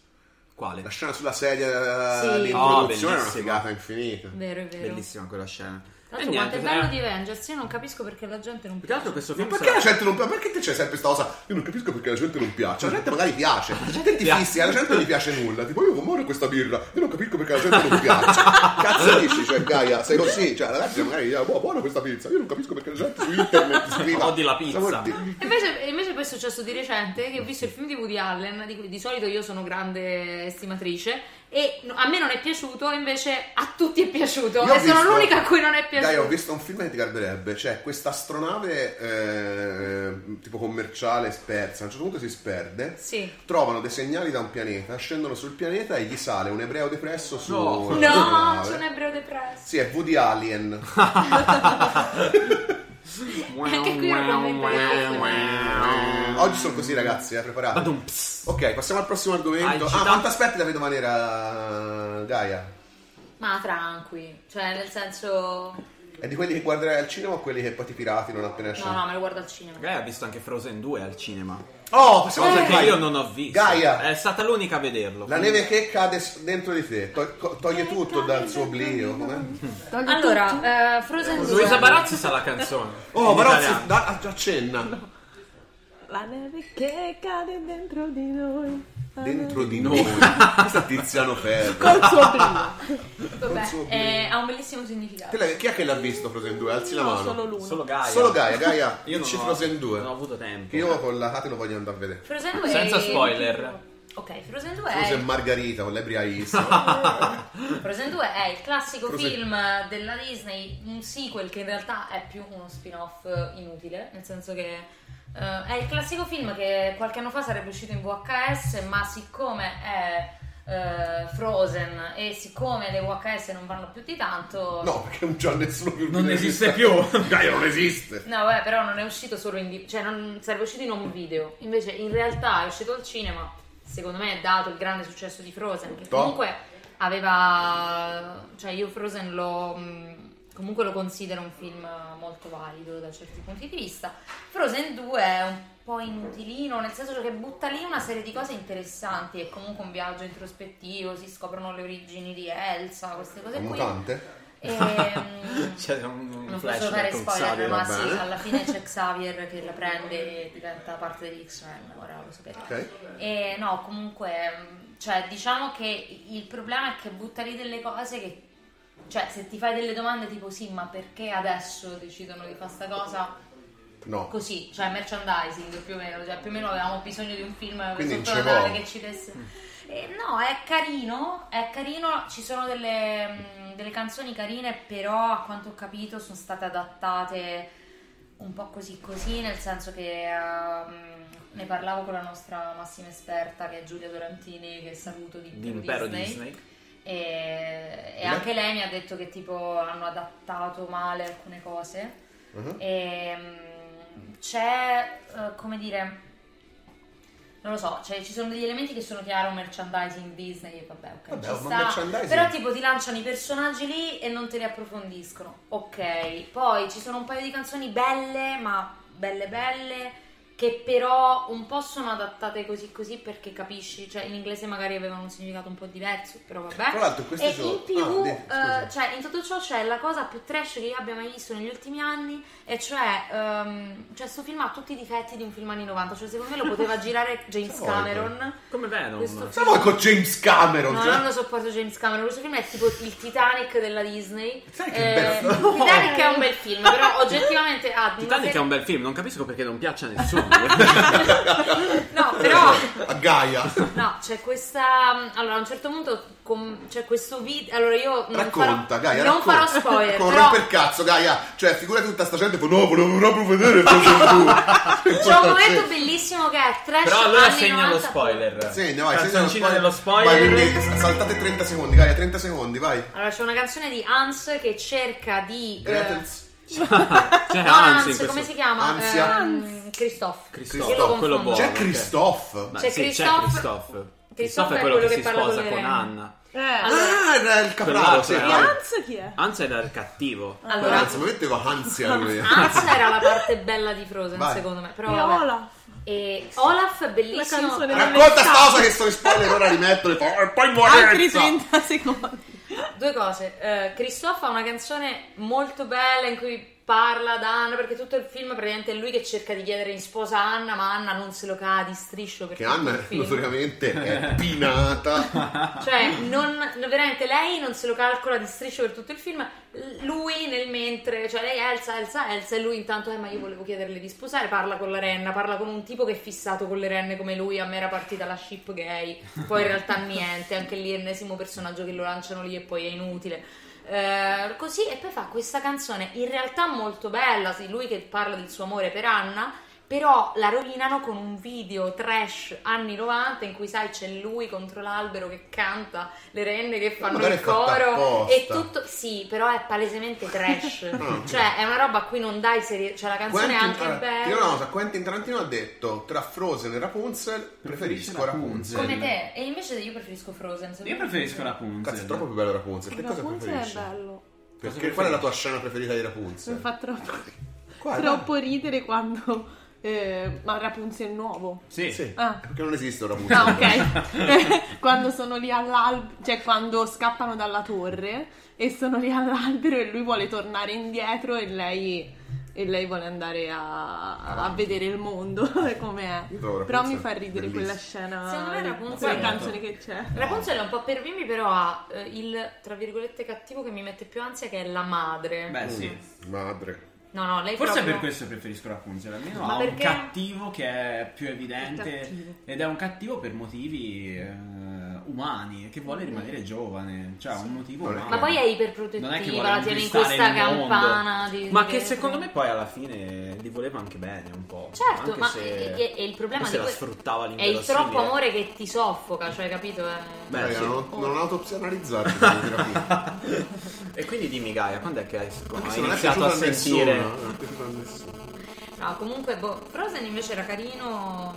Speaker 3: Quale?
Speaker 2: La scena sulla sedia
Speaker 4: Sì.
Speaker 3: Oh,
Speaker 2: l'introduzione è
Speaker 3: bellissima.
Speaker 2: una figata infinita.
Speaker 4: Vero, è vero.
Speaker 3: Bellissima quella scena.
Speaker 4: Tanto quanto è bello di Avengers, io non capisco perché la gente non
Speaker 3: Eh, Più che altro
Speaker 4: piace.
Speaker 3: questo
Speaker 2: Ma
Speaker 3: film
Speaker 2: perché
Speaker 3: sarà-
Speaker 2: la gente non piace? Perché te c'è sempre questa cosa? Io non capisco perché la gente non piace. La gente magari piace, la gente ti
Speaker 3: piace.
Speaker 2: fissi, alla gente non gli piace nulla. Tipo, io muore questa birra, io non capisco perché la gente non piace. Cazzo dici, cioè, Gaia, sei così. Cioè, la gente magari dice, "Boh, buona questa pizza, io non capisco perché la gente su internet scriva.
Speaker 3: Odi la pizza.
Speaker 2: Cosa vuol dire?
Speaker 4: Invece, invece poi è successo di recente che ho visto il film di Woody Allen, di cui di solito io sono grande estimatrice, e no- a me non è piaciuto, invece a tutti è piaciuto.
Speaker 2: Io ho
Speaker 4: e sono
Speaker 2: visto-
Speaker 4: l'unica a cui non è
Speaker 2: Gaia, ho
Speaker 4: piaciuto.
Speaker 2: visto un film che ti garberebbe. C'è questa astronave eh, tipo commerciale spersa. A un certo punto si sperde.
Speaker 4: Sì.
Speaker 2: Trovano dei segnali da un pianeta, scendono sul pianeta e gli sale un ebreo depresso su.
Speaker 3: No.
Speaker 4: No, sono ebreo depresso.
Speaker 2: Sì, è Woody Alien.
Speaker 4: Anche qui non
Speaker 2: Oggi sono così, ragazzi, eh, preparati.
Speaker 3: Badum, pss.
Speaker 2: Ok, passiamo al prossimo argomento.
Speaker 3: Hai
Speaker 2: ah,
Speaker 3: citato-
Speaker 2: quanto aspetti la vedo maniera, Gaia?
Speaker 4: Ma tranqui, cioè nel senso...
Speaker 2: È di quelli che guarderai al cinema o quelli che poi ti pirati non appena esce?
Speaker 4: No, no, me lo guardo al cinema.
Speaker 3: Gaia ha visto anche Frozen 2 al cinema.
Speaker 2: Oh, passiamo
Speaker 3: Cosa
Speaker 2: al
Speaker 3: che io non ho visto.
Speaker 2: Gaia.
Speaker 3: È stata l'unica a vederlo.
Speaker 2: La neve che cade s- dentro di te to- co-
Speaker 4: Eh,
Speaker 2: toglie tutto dal suo oblio. com'è?
Speaker 4: Allora, eh, Frozen 2.
Speaker 3: Luisa Barazzi sa la canzone.
Speaker 2: Oh,
Speaker 3: In
Speaker 2: però
Speaker 3: italiano.
Speaker 2: da- accenna.
Speaker 5: La neve che cade dentro di noi. La neve-
Speaker 2: Dentro di noi. Questa Tiziano Ferro.
Speaker 5: Col suo brio.
Speaker 4: Vabbè,
Speaker 2: so
Speaker 4: eh, ha un bellissimo significato.
Speaker 2: Te l'hai- Chi è che l'ha visto Frozen 2? Alzi la
Speaker 5: No,
Speaker 2: mano.
Speaker 5: solo l'uno.
Speaker 3: Solo Gaia.
Speaker 2: Solo Gaia, Gaia,
Speaker 3: Io non
Speaker 2: dici
Speaker 3: ho-
Speaker 2: Frozen 2.
Speaker 3: Non ho avuto tempo.
Speaker 2: Io con la Kate lo voglio andare a vedere.
Speaker 4: Frozen 2
Speaker 3: Senza spoiler.
Speaker 4: Ok, Frozen 2 è
Speaker 2: Frozen Margarita con l'ebriaista.
Speaker 4: Frozen 2 è il classico
Speaker 2: Frozen.
Speaker 4: film della Disney, un sequel che in realtà è più uno spin-off inutile, nel senso che eh, è il classico film che qualche anno fa sarebbe uscito in VHS, ma siccome è eh, Frozen e siccome le VHS non vanno più di tanto...
Speaker 2: No, perché non c'ha nessuno più.
Speaker 3: Non
Speaker 2: che
Speaker 3: esiste
Speaker 2: resista.
Speaker 3: più.
Speaker 2: Gaia non esiste.
Speaker 4: No, vabbè, però non è uscito solo in... di- cioè non sarebbe uscito in home video, invece in realtà è uscito al cinema, secondo me dato il grande successo di Frozen, che
Speaker 2: Toh.
Speaker 4: comunque aveva... cioè io Frozen lo... mh, comunque lo considero un film molto valido da certi punti di vista. Frozen 2 è un po' inutilino, nel senso che butta lì una serie di cose interessanti, è comunque un viaggio introspettivo, si scoprono le origini di Elsa, queste cose
Speaker 2: È un
Speaker 4: qui.
Speaker 2: mutante?
Speaker 4: Ehm,
Speaker 3: C'era Cioè, un, un
Speaker 4: non
Speaker 3: flash
Speaker 4: posso fare
Speaker 3: con
Speaker 4: spoiler,
Speaker 3: Xavier,
Speaker 4: ma
Speaker 3: va
Speaker 4: sì,
Speaker 3: bene.
Speaker 4: alla fine c'è Xavier che la prende e diventa parte degli X-Men, ora lo sapete.
Speaker 2: Ok.
Speaker 4: E no, comunque, mh, cioè, diciamo che il problema è che butta lì delle cose che, cioè, se ti fai delle domande tipo sì, ma perché adesso decidono di fare sta cosa?
Speaker 2: No.
Speaker 4: Così, cioè merchandising più o meno, cioè più o meno avevamo bisogno di un film
Speaker 2: Quindi
Speaker 4: sotto
Speaker 2: ce
Speaker 4: Natale
Speaker 2: l'ho.
Speaker 4: che ci desse. Eh, no, è carino, è carino, ci sono delle, mh, delle canzoni carine, però a quanto ho capito sono state adattate un po' così così, nel senso che ehm, ne parlavo con la nostra massima esperta che è Giulia Dorantini, che saluto di
Speaker 3: Di
Speaker 4: Impero
Speaker 3: Impero
Speaker 4: Disney.
Speaker 3: Disney.
Speaker 4: E, e
Speaker 2: Beh.
Speaker 4: anche lei mi ha detto che tipo hanno adattato male alcune cose.
Speaker 2: Mhm.
Speaker 4: E, mm, c'è, eh, come dire, non lo so, cioè, ci sono degli elementi che sono chiaro merchandising Disney e vabbè, ok,
Speaker 2: Vabbè,
Speaker 4: ci
Speaker 2: ma
Speaker 4: sta.
Speaker 2: merchandising-
Speaker 4: Però tipo ti lanciano i personaggi lì e non te li approfondiscono. Ok, poi ci sono un paio di canzoni belle, ma belle belle che però un po' sono adattate così così perché capisci, cioè in inglese magari avevano un significato un po' diverso, però vabbè.
Speaker 2: Tra l'altro questi
Speaker 4: e
Speaker 2: sono-
Speaker 4: in più,
Speaker 2: ah, di-
Speaker 4: eh,
Speaker 2: scusa.
Speaker 4: cioè in tutto ciò c'è la cosa più trash che io abbia mai visto negli ultimi anni e cioè, ehm, cioè sto film ha tutti i difetti di un film anni 90, cioè secondo me lo poteva girare James
Speaker 2: Stavolta.
Speaker 4: Cameron.
Speaker 3: Come Venom.
Speaker 4: Questo-
Speaker 2: Sa voi con James Cameron?
Speaker 4: No,
Speaker 2: cioè?
Speaker 4: non lo sopporto James Cameron, questo film è tipo il Titanic della Disney. Eh,
Speaker 2: Sai che bel film?
Speaker 4: Titanic è un bel film, però oggettivamente ha di una
Speaker 3: Titanic è
Speaker 4: serie-
Speaker 3: un bel film, non capisco perché non piaccia a nessuno.
Speaker 4: No, però
Speaker 2: A Gaia.
Speaker 4: No, c'è questa. Allora, a un certo punto com- c'è questo video. Allora, io non
Speaker 2: Racconta,
Speaker 4: farò,
Speaker 2: Gaia.
Speaker 4: non
Speaker 2: racconta.
Speaker 4: farò spoiler.
Speaker 2: Con
Speaker 4: però
Speaker 2: romper cazzo, Gaia. Cioè, figurati tutta sta gente. e poi, No, volevo proprio vedere Frozen 2.
Speaker 4: c'è un momento bellissimo che è trash.
Speaker 3: Però allora
Speaker 4: anni
Speaker 3: segna lo
Speaker 4: 90.
Speaker 2: Segna,
Speaker 3: spoiler.
Speaker 2: vai, segna lo
Speaker 3: Canzoncina dello
Speaker 2: Vai,
Speaker 3: spoiler.
Speaker 2: quindi saltate 30 secondi, Gaia, 30 secondi, vai.
Speaker 4: Allora, c'è una canzone di Hans che cerca di. eh,
Speaker 2: Gretel's
Speaker 3: Cioè,
Speaker 4: no,
Speaker 3: anzi,
Speaker 4: Hans,
Speaker 3: in
Speaker 4: come
Speaker 3: questo-
Speaker 4: si chiama?
Speaker 2: Ansia.
Speaker 4: Ehm, Christoph.
Speaker 3: Christoph,
Speaker 4: Io lo confondo.
Speaker 3: quello buono.
Speaker 2: C'è
Speaker 3: ok.
Speaker 2: Christophe.
Speaker 3: Ma
Speaker 4: C'è
Speaker 3: sì,
Speaker 4: Christoph-
Speaker 3: c'è Christoph.
Speaker 4: Christoph
Speaker 3: è
Speaker 4: è
Speaker 3: quello
Speaker 4: quello
Speaker 3: che,
Speaker 4: che
Speaker 3: si
Speaker 4: parla
Speaker 3: sposa
Speaker 4: con le
Speaker 3: con
Speaker 4: rene.
Speaker 3: Anna.
Speaker 5: Eh.
Speaker 2: Ah, era il capraro,
Speaker 3: Quell'altro,
Speaker 2: sì.
Speaker 3: eh,
Speaker 5: E
Speaker 2: vai.
Speaker 3: Hans.
Speaker 5: Hans chi è?
Speaker 3: Hans era il cattivo.
Speaker 4: Allora,
Speaker 2: Ragazzi, mi metteva ansia lui.
Speaker 4: Hans era la parte bella di Frozen,
Speaker 2: Vai.
Speaker 4: secondo me. Però,
Speaker 5: E
Speaker 4: vabbè.
Speaker 5: Olaf.
Speaker 4: E Olaf è bellissimo.
Speaker 5: La canzone
Speaker 2: Racconta sta cosa che sto in spoiler, ora rimetto le e poi muore.
Speaker 5: Altri
Speaker 2: Elsa.
Speaker 5: 30 secondi.
Speaker 4: Due cose. Eh, Christophe ha una canzone molto bella in cui parla ad Anna, perché tutto il film praticamente è lui che cerca di chiedere in sposa a Anna, ma Anna non se lo cava di striscio perché
Speaker 2: Che Anna
Speaker 4: tutto il film.
Speaker 2: notoriamente è pinata.
Speaker 4: Cioè, non, no, veramente lei non se lo calcola di striscio per tutto il film. L- Lui nel mentre, cioè lei Elsa, Elsa, Elsa, e lui intanto, eh, ma io volevo chiederle di sposare. Parla con la renna, parla con un tipo che è fissato con le renne come lui. A me era partita la ship gay, poi in realtà niente. Anche lì, ennesimo personaggio che lo lanciano lì e poi è inutile. Eh, così, e poi fa questa canzone in realtà molto bella, sì, lui che parla del suo amore per Anna. Però la rovinano con un video trash anni 90 in cui sai c'è lui contro l'albero che canta, le renne che fanno
Speaker 2: magari
Speaker 4: il
Speaker 2: è fatta
Speaker 4: coro
Speaker 2: apposta.
Speaker 4: e
Speaker 2: Ah,
Speaker 4: tutto sì, però è palesemente trash. cioè, è una roba a cui non dai serie, cioè la canzone è anche
Speaker 2: allora, ti dico
Speaker 4: bella.
Speaker 2: una cosa, Quentin Tarantino ha detto tra Frozen e Rapunzel preferisco
Speaker 3: Preferisce Rapunzel.
Speaker 2: Rapunzel.
Speaker 4: Come te, e invece io preferisco Frozen.
Speaker 3: Io preferisco Rapunzel.
Speaker 2: Cazzo, è troppo più bello Rapunzel. Che
Speaker 4: Eh,
Speaker 2: cosa
Speaker 5: Rapunzel è
Speaker 2: preferisci?
Speaker 5: bello.
Speaker 2: Perché
Speaker 3: Cosa
Speaker 2: qual è la
Speaker 3: preferisci?
Speaker 2: tua scena preferita di
Speaker 5: Mi
Speaker 2: Rapunzel?
Speaker 5: fa troppo,
Speaker 2: Quale?
Speaker 5: troppo ridere quando eh, ma Rapunzel nuovo.
Speaker 3: Sì.
Speaker 2: Sì.
Speaker 5: Ah.
Speaker 2: Perché non esiste Rapunzel.
Speaker 5: Ah, ok. quando sono lì all'albero, cioè quando scappano dalla torre e sono lì all'albero e lui vuole tornare indietro e lei, e lei vuole andare a, a vedere il mondo com'è.
Speaker 2: Io trovo
Speaker 5: Però
Speaker 2: Rapunzel
Speaker 5: mi fa ridere
Speaker 2: bellissima.
Speaker 5: quella scena.
Speaker 4: Secondo me Rapunzel
Speaker 5: quella
Speaker 4: è
Speaker 5: canzone che c'è.
Speaker 4: Rapunzel è un po' per bimbi, però ha eh, il tra virgolette cattivo che mi mette più ansia, che è la madre.
Speaker 3: Beh, sì.
Speaker 2: Mm, Madre.
Speaker 4: No, no, lei
Speaker 3: Forse è
Speaker 4: proprio-
Speaker 3: per questo preferisco Rapunzel, almeno
Speaker 4: Ma
Speaker 3: ha
Speaker 4: perché?
Speaker 3: un cattivo che è più evidente
Speaker 5: È cattivo.
Speaker 3: ed è un cattivo per motivi eh, umani, che vuole rimanere giovane, cioè ha un motivo
Speaker 2: Vabbè.
Speaker 3: umano.
Speaker 4: Ma poi è
Speaker 3: Non è che
Speaker 4: iperprotettiva,
Speaker 3: vuole
Speaker 4: la tiene in
Speaker 3: conquistare
Speaker 4: questa
Speaker 3: il mondo.
Speaker 4: campana di-
Speaker 3: Ma
Speaker 4: di
Speaker 3: che
Speaker 4: vetro.
Speaker 3: secondo me poi alla fine gli voleva anche bene un po'.
Speaker 4: Certo,
Speaker 3: anche
Speaker 4: ma
Speaker 3: se-
Speaker 4: e- e- e il problema di
Speaker 3: anche se la
Speaker 4: questo
Speaker 3: sfruttava
Speaker 4: È il
Speaker 3: l'inverosimile.
Speaker 4: troppo amore che ti soffoca, cioè, capito? È-
Speaker 3: Beh,
Speaker 2: Raga,
Speaker 3: sì.
Speaker 4: Oh.
Speaker 2: non, non autopsianalizzare. Anche
Speaker 3: E quindi dimmi Gaia, quando è che hai, hai
Speaker 2: se non è
Speaker 3: iniziato
Speaker 2: piaciuto
Speaker 3: a
Speaker 2: a
Speaker 3: sentire
Speaker 2: nessuno. Non è piaciuto a nessuno.
Speaker 4: No, comunque, boh, Frozen invece era carino,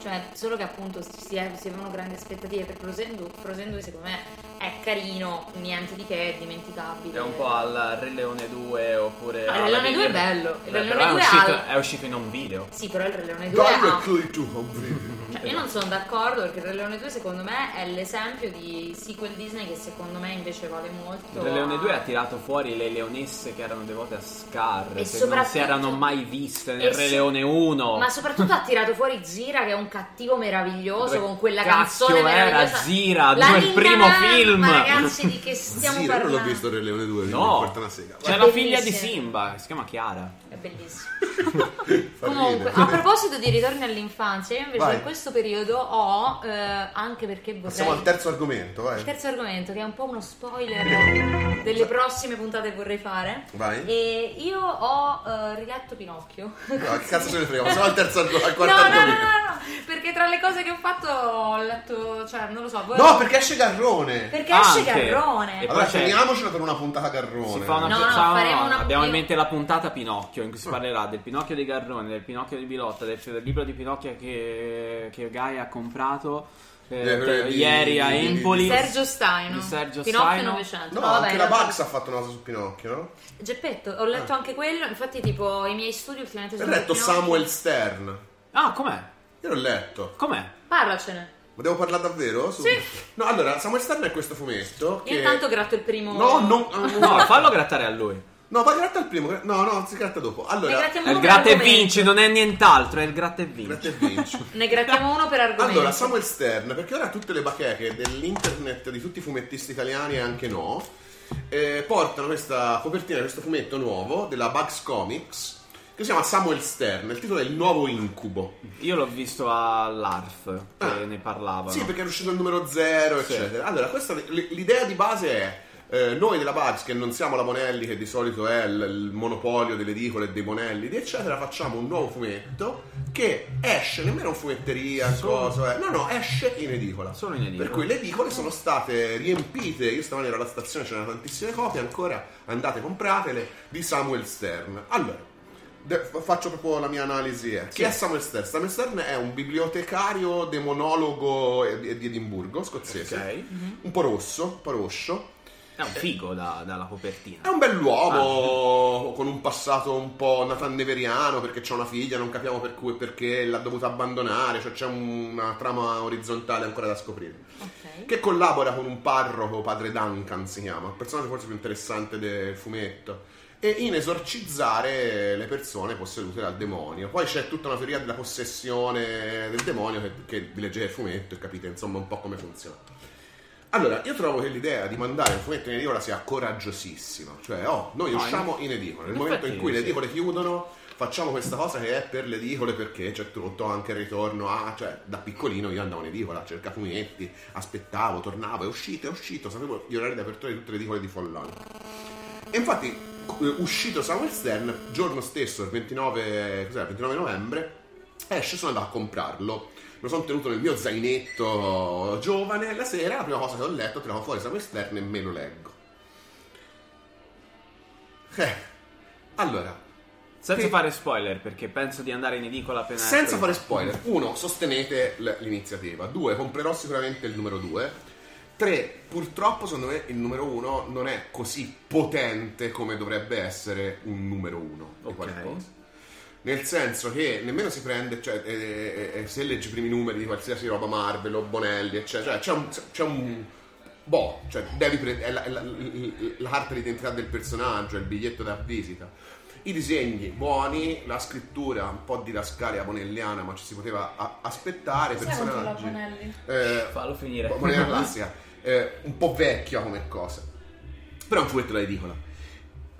Speaker 4: cioè, solo che appunto si, si è- si avevano grandi aspettative per Frozen 2. Frozen 2, secondo me, è carino, niente di che, è dimenticabile.
Speaker 3: è un po' al Re Leone 2 oppure
Speaker 4: Ah, Re
Speaker 3: alla
Speaker 4: Leone
Speaker 3: Lady
Speaker 4: 2 è
Speaker 3: Bird?
Speaker 4: bello,
Speaker 3: Beh,
Speaker 4: Re Leone
Speaker 3: però è
Speaker 4: 2 è
Speaker 3: uscito,
Speaker 4: al-
Speaker 3: è uscito in un video.
Speaker 4: Sì, però il Re Leone 2 ha...
Speaker 2: Directly to home.
Speaker 4: Cioè, io non sono d'accordo perché il Re Leone 2 secondo me è l'esempio di sequel Disney che secondo me invece vale molto.
Speaker 3: Il Re Leone
Speaker 4: a-
Speaker 3: 2 ha tirato fuori le leonesse che erano devote a Scar,
Speaker 4: E
Speaker 3: che non si
Speaker 4: soprattutto-
Speaker 3: erano mai viste nel
Speaker 4: e
Speaker 3: Re
Speaker 4: so-
Speaker 3: Leone 1.
Speaker 4: Ma soprattutto ha tirato fuori Zira che è un cattivo meraviglioso
Speaker 3: Dove
Speaker 4: con quella
Speaker 3: cazzo
Speaker 4: canzone
Speaker 3: era
Speaker 4: meravigliosa.
Speaker 3: Zira?
Speaker 4: La
Speaker 3: Dove è il
Speaker 4: ninna
Speaker 3: primo
Speaker 4: nanna,
Speaker 3: film?
Speaker 4: Ma ragazzi, di che stiamo
Speaker 2: Sì, io non
Speaker 4: parlando?
Speaker 2: l'ho visto Re Leone 2, quindi mi
Speaker 3: no,
Speaker 2: porta una sega.
Speaker 3: c'è
Speaker 4: È
Speaker 3: la figlia di
Speaker 4: bellissimo.
Speaker 3: Simba, che si chiama Chiara.
Speaker 4: È bellissimo.
Speaker 2: Fa
Speaker 4: Cioè, Comunque,
Speaker 2: ridere.
Speaker 4: a proposito di ritorni all'infanzia, io invece
Speaker 2: Vai.
Speaker 4: in questo periodo ho, eh, anche perché vorrei...
Speaker 2: Passiamo al terzo argomento, vai.
Speaker 4: Terzo argomento, che è un po' uno spoiler delle prossime puntate che vorrei fare.
Speaker 2: Vai.
Speaker 4: E io ho eh, riletto Pinocchio.
Speaker 2: No, che cazzo ce ne frega? Passiamo al terzo argomento, al
Speaker 4: No, no,
Speaker 2: quarto
Speaker 4: no, no,
Speaker 2: argomento.
Speaker 4: no, perché tra le cose che ho fatto ho letto, cioè, non lo so. voi-
Speaker 2: No, perché esce Garrone.
Speaker 4: perché esce
Speaker 3: Anche.
Speaker 4: Garrone.
Speaker 3: E
Speaker 2: Allora,
Speaker 3: poi c'è-
Speaker 2: fermiamocela per una puntata Garrone.
Speaker 3: Si fa una
Speaker 4: No, no,
Speaker 3: puntata-
Speaker 4: faremo una-
Speaker 3: abbiamo in
Speaker 4: io-
Speaker 3: mente la puntata Pinocchio in cui si parlerà del Pinocchio di Garrone, del Pinocchio di Bilotta, del, del libro di Pinocchio che, che Gaia ha comprato eh,
Speaker 2: Eh,
Speaker 3: per-
Speaker 2: di-
Speaker 3: ieri a
Speaker 2: di- di-
Speaker 3: Empoli.
Speaker 4: Sergio Staino.
Speaker 3: Di Sergio
Speaker 4: Pinocchio
Speaker 3: Staino.
Speaker 4: 900.
Speaker 2: No,
Speaker 4: No, vabbè,
Speaker 2: anche la
Speaker 4: no.
Speaker 2: Bugs ha fatto una cosa su Pinocchio, no?
Speaker 4: Geppetto, ho letto anche quello, infatti tipo i miei studi ultimamente
Speaker 2: Ho
Speaker 4: sono...
Speaker 2: letto
Speaker 4: Pinocchio.
Speaker 2: Samuel Stern.
Speaker 3: Ah, com'è?
Speaker 2: Io l'ho letto.
Speaker 3: Com'è?
Speaker 4: Parlacene.
Speaker 2: Ma devo parlare davvero? Su-
Speaker 4: Sì.
Speaker 2: No, allora, Samuel Stern è questo fumetto che...
Speaker 4: Io intanto gratto il primo...
Speaker 2: No, non...
Speaker 3: No, fallo grattare a lui.
Speaker 2: No, ma gratta il primo. gra- No, no, si gratta dopo.
Speaker 4: Ne
Speaker 2: Allora...
Speaker 4: grattiamo
Speaker 3: È il
Speaker 4: uno
Speaker 3: gratta e
Speaker 4: per argomento.
Speaker 3: vinci, non è nient'altro, è il gratta e vinci.
Speaker 2: Gratta e vinci.
Speaker 4: Ne grattiamo uno per argomento.
Speaker 2: Allora, Samuel Stern, perché ora tutte le bacheche dell'internet di tutti i fumettisti italiani e anche no, eh, portano questa copertina di questo fumetto nuovo della Bugs Comics che si chiama Samuel Stern, il titolo è Il nuovo incubo.
Speaker 3: Io l'ho visto all'ARF che
Speaker 2: Ah.
Speaker 3: ne parlavano.
Speaker 2: Sì, perché è uscito il numero 0,
Speaker 3: Sì.
Speaker 2: eccetera. Allora, questa, l- l'idea di base è. eh, noi della Bugs, che non siamo la Bonelli, che di solito è l- il monopolio delle edicole e dei Bonelli, di eccetera, facciamo un nuovo fumetto che esce, nemmeno in fumetteria,
Speaker 3: Solo-
Speaker 2: cosa, eh. no, no, esce in edicola.
Speaker 3: Solo in edicola.
Speaker 2: Per cui le edicole sono state riempite. Io stamani ero alla stazione, c'erano tantissime copie ancora. Andate, compratele. Di Samuel Stern. Allora, de- fa- faccio proprio la mia analisi. eh. Chi è Samuel Stern? Samuel Stern è un bibliotecario demonologo eh, di di Edimburgo, scozzese.
Speaker 3: Ok.
Speaker 2: Un po' rosso, un po' roscio.
Speaker 3: È un figo da- dalla copertina.
Speaker 2: È un bell'uomo con un passato un po' natanneveriano perché c'è una figlia, non capiamo per cui e perché l'ha dovuta abbandonare, cioè c'è una trama orizzontale ancora da scoprire
Speaker 4: Ok.
Speaker 2: che collabora con un parroco, padre Duncan si chiama, il personaggio forse più interessante del fumetto, e in esorcizzare le persone possedute dal demonio. Poi c'è tutta una teoria della possessione del demonio che, che vi leggete il fumetto e capite insomma un po' come funziona. Allora, io trovo che l'idea di mandare un fumetto in edicola sia coraggiosissima. Cioè, oh, noi
Speaker 3: No,
Speaker 2: usciamo in edicola. Nel
Speaker 3: in
Speaker 2: momento in
Speaker 3: effetti
Speaker 2: cui le
Speaker 3: sì.
Speaker 2: edicole chiudono, facciamo questa cosa che è per le edicole perché c'è tutto anche il ritorno a... Cioè, da piccolino io andavo in edicola, cercavo fumetti, aspettavo, tornavo, è uscito, è uscito, sapevo gli orari di apertura di tutte le edicole di Follone. E infatti, eh, uscito Samuel Stern, giorno stesso, il 29, cos'era, 29 novembre, esce, sono andato a comprarlo. Me lo sono tenuto nel mio zainetto giovane. La sera, la prima cosa che ho letto, tiravo fuori esame esterno e me lo leggo. Eh, allora,
Speaker 3: Senza
Speaker 2: Che-
Speaker 3: fare ecco. spoiler, perché penso di andare in edicola appena.
Speaker 2: senza fare spoiler, uno, sostenete l- l'iniziativa. Due, comprerò sicuramente il numero due. Tre, purtroppo secondo me il numero uno non è così potente come dovrebbe essere un numero uno di
Speaker 3: Ok.
Speaker 2: qualcosa. Nel senso che nemmeno si prende, cioè, eh, eh, eh, se leggi i primi numeri di qualsiasi roba Marvel o Bonelli, eccetera, cioè, c'è un. C'è un boh, cioè, devi prendere. È la, è la- l- l- la carta d'identità del personaggio, è il biglietto da visita. I disegni buoni, la scrittura un po' didascalia bonelliana, ma ci si poteva a- aspettare.
Speaker 4: Sai quanto la
Speaker 2: personaggi.
Speaker 4: Bonelli?
Speaker 2: Eh,
Speaker 3: Fallo finire.
Speaker 2: Moneta classica, eh, un po' vecchia come cosa. Però è un fumetto da edicola.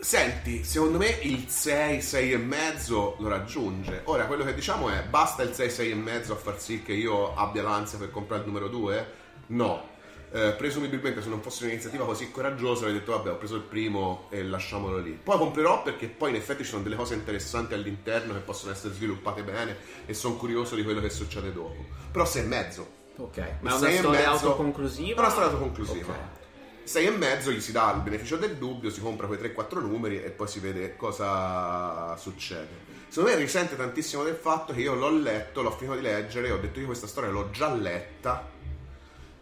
Speaker 2: Senti, secondo me il 6, 6 e mezzo lo raggiunge. Ora, quello che diciamo è, basta il 6, 6 e mezzo a far sì che io abbia l'ansia per comprare il numero 2? No. Eh, presumibilmente se non fosse un'iniziativa così coraggiosa avrei detto vabbè ho preso il primo e lasciamolo lì poi comprerò perché poi in effetti ci sono delle cose interessanti all'interno che possono essere sviluppate bene e sono curioso di quello che succede dopo però 6 e mezzo
Speaker 3: Ok. Ma è
Speaker 2: sei
Speaker 3: una
Speaker 2: e
Speaker 3: storia
Speaker 2: mezzo-
Speaker 3: autoconclusiva.
Speaker 2: È una storia autoconclusiva.
Speaker 3: Ok.
Speaker 2: 6 e mezzo gli si dà il beneficio del dubbio, si compra quei 3-4 numeri e poi si vede cosa succede. Secondo me risente tantissimo del fatto che io l'ho letto, l'ho finito di leggere, ho detto io questa storia l'ho già letta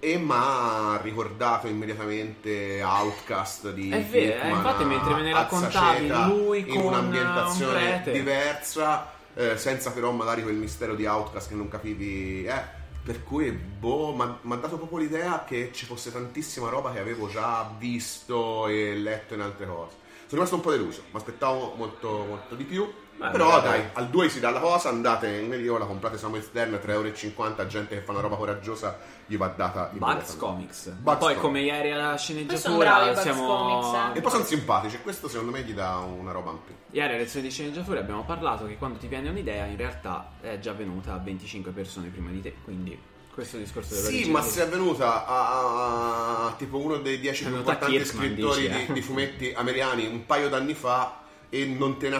Speaker 2: e mi ha ricordato immediatamente Outcast di
Speaker 3: È vero,
Speaker 2: Kirkman
Speaker 3: eh, infatti
Speaker 2: a
Speaker 3: mentre me ne
Speaker 2: Azza
Speaker 3: raccontavi,
Speaker 2: Ceta,
Speaker 3: lui
Speaker 2: in
Speaker 3: con eh, un
Speaker 2: un'ambientazione
Speaker 3: prete.
Speaker 2: diversa, eh, senza però magari quel mistero di Outcast che non capivi, eh. Per cui, boh, mi ha dato proprio l'idea che ci fosse tantissima roba che avevo già visto e letto in altre cose. Sono rimasto un po' deluso, mi aspettavo molto, molto di più.
Speaker 3: Beh,
Speaker 2: però
Speaker 3: beh,
Speaker 2: dai,
Speaker 3: dai.
Speaker 2: al 2 si dà la cosa, andate in mediola, comprate Samuel Stern, 3,50 euro, gente che fa una roba coraggiosa, gli va data in
Speaker 3: Bugs Comics.
Speaker 2: Bugs
Speaker 3: poi,
Speaker 2: Comics.
Speaker 3: come ieri alla
Speaker 4: Poi sono bravi i
Speaker 3: sceneggiatura,
Speaker 4: Bugs
Speaker 3: siamo.
Speaker 4: Comics, eh.
Speaker 2: E poi sono simpatici, questo secondo me gli dà una roba in più.
Speaker 3: Ieri alle lezioni di sceneggiatura abbiamo parlato che quando ti viene un'idea, in realtà è già venuta a 25 persone prima di te. Quindi, questo discorso della
Speaker 2: Sì, ma
Speaker 3: originalità.
Speaker 2: se è venuta a, a- tipo uno dei dieci
Speaker 3: È
Speaker 2: più
Speaker 3: venuta
Speaker 2: importanti
Speaker 3: Kirkman,
Speaker 2: scrittori
Speaker 3: dici, eh.
Speaker 2: di, di fumetti americani un paio d'anni fa e non te ne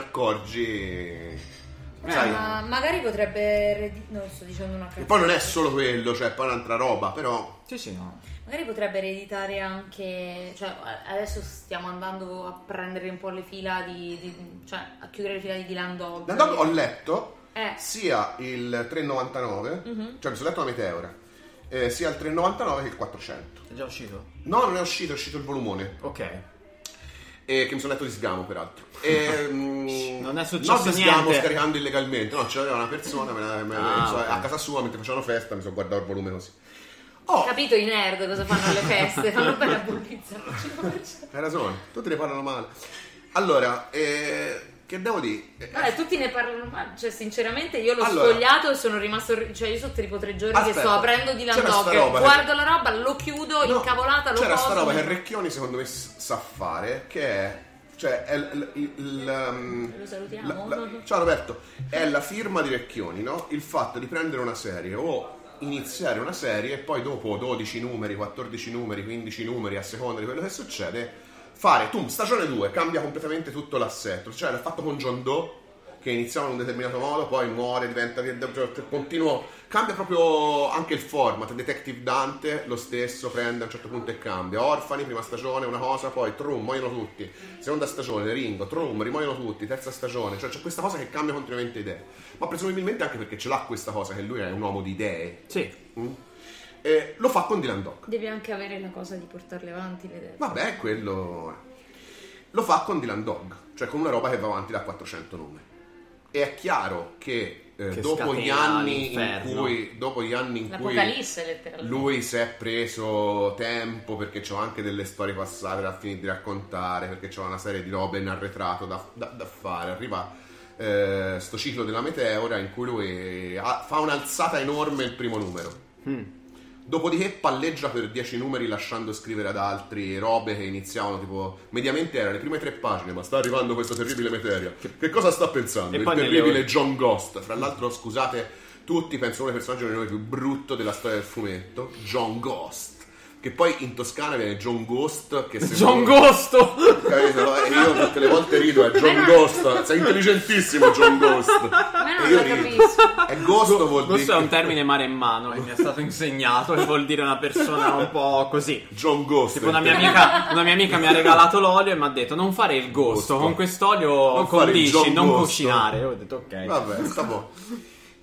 Speaker 2: accorgi,
Speaker 3: Eh,
Speaker 2: sai.
Speaker 4: Ma magari potrebbe. redi- Non sto dicendo una
Speaker 2: E
Speaker 4: cazzata.
Speaker 2: poi non è solo quello, cioè poi è un'altra roba, però
Speaker 3: Sì, sì, no.
Speaker 4: Magari potrebbe ereditare anche. Cioè, a- adesso stiamo andando a prendere un po' le fila di. di- cioè, a chiudere le fila di Dylan Dog.
Speaker 2: da dopo ho letto
Speaker 4: Eh.
Speaker 2: sia il 3,99, cioè mi sono letto la meteora, eh, sia il 3,99 che il 400.
Speaker 3: È già uscito?
Speaker 2: No, non è uscito, è uscito il volumone,
Speaker 3: Ok.
Speaker 2: eh, che mi sono letto di sgamo peraltro. Ehm,
Speaker 3: Non è successo
Speaker 2: no, di sgamo
Speaker 3: niente.
Speaker 2: scaricando illegalmente, no, c'era una persona me la- me la-
Speaker 3: Ah,
Speaker 2: so,
Speaker 3: ok.
Speaker 2: a casa sua mentre facevano festa, mi sono guardato il volume così. Oh,
Speaker 4: Capito i nerd cosa fanno alle feste? Fanno bene a bullizzarci.
Speaker 2: Hai ragione, tutti ne parlano male. Allora, eh, che devo dire? Eh,
Speaker 4: Vabbè, tutti ne parlano male. Cioè, sinceramente, io l'ho
Speaker 2: Allora.
Speaker 4: sfogliato e sono rimasto. ri- Cioè, io sono tipo tre giorni
Speaker 2: Aspetta.
Speaker 4: che sto aprendo Dylan
Speaker 2: C'era sta
Speaker 4: Dog.
Speaker 2: roba che-
Speaker 4: guardo la roba, lo chiudo,
Speaker 2: no,
Speaker 4: incavolata, lo
Speaker 2: C'era sta
Speaker 4: poso.
Speaker 2: roba che Recchioni secondo me s- sa fare, che è... Cioè, è l- l- il- um,
Speaker 4: Lo salutiamo?
Speaker 2: la- la- ciao Roberto, è la firma di Recchioni, no? Il fatto di prendere una serie o iniziare una serie e poi dopo 12 numeri, 14 numeri, 15 numeri, a seconda di quello che succede, fare, tum, stagione 2, cambia completamente tutto l'assetto. Cioè, l'ha fatto con John Doe, che iniziava in un determinato modo, poi muore, diventa continuo, cambia proprio anche il format, Detective Dante lo stesso, prende a un certo punto e cambia, Orfani, prima stagione, una cosa, poi Trum, muoiono tutti, seconda stagione, Ringo, Trum, rimuoiono tutti, terza stagione, cioè c'è questa cosa che cambia continuamente idee, ma presumibilmente anche perché ce l'ha questa cosa, che lui è un uomo di idee,
Speaker 3: Sì.
Speaker 2: Mm? E lo fa con Dylan Dog.
Speaker 4: Devi anche avere la cosa di portarle avanti le idee.
Speaker 2: Vabbè, quello è. lo fa con Dylan Dog, cioè con una roba che va avanti da 400 numeri. E è chiaro che, eh,
Speaker 3: Che
Speaker 2: dopo gli
Speaker 3: scatena
Speaker 2: anni in
Speaker 3: l'inferno.
Speaker 2: cui dopo gli anni in cui
Speaker 4: L'apocalisse, letteralmente.
Speaker 2: lui si è preso tempo perché c'ho anche delle storie passate da finire di raccontare, perché c'ho una serie di robe in arretrato da, da- da fare. Arriva eh, sto ciclo della meteora in cui lui ha- fa un'alzata enorme il primo numero.
Speaker 3: Mm.
Speaker 2: Dopodiché palleggia per 10 numeri lasciando scrivere ad altri robe che iniziavano tipo mediamente erano le prime tre pagine, ma sta arrivando questa terribile materia. Che cosa sta pensando?
Speaker 3: E
Speaker 2: Il
Speaker 3: poi nelle
Speaker 2: terribile
Speaker 3: ore-
Speaker 2: John Ghost. Fra l'altro, scusate tutti, penso uno dei personaggi di noi più brutto della storia del fumetto, John Ghost. Che poi in Toscana viene John Ghost. Che sembra-
Speaker 3: John Gosto!
Speaker 2: Capito? No? E io tutte le volte rido, è John Ghost. Sei intelligentissimo, John Ghost.
Speaker 4: Ma io
Speaker 2: E
Speaker 4: non
Speaker 2: io
Speaker 4: la
Speaker 2: rido.
Speaker 4: capisco.
Speaker 2: E Ghost vuol dire.
Speaker 3: Questo è un termine mare in mano che mi è stato insegnato e vuol dire una persona un po' così.
Speaker 2: John Ghost.
Speaker 3: Tipo una mia, amica, una mia amica mi ha regalato l'olio e mi ha detto non fare il
Speaker 2: Gosto.
Speaker 3: gosto, con quest'olio
Speaker 2: Non fare il
Speaker 3: condisci,
Speaker 2: John
Speaker 3: non
Speaker 2: Gosto."
Speaker 3: cucinare. Io ho detto ok.
Speaker 2: Vabbè, sta buono.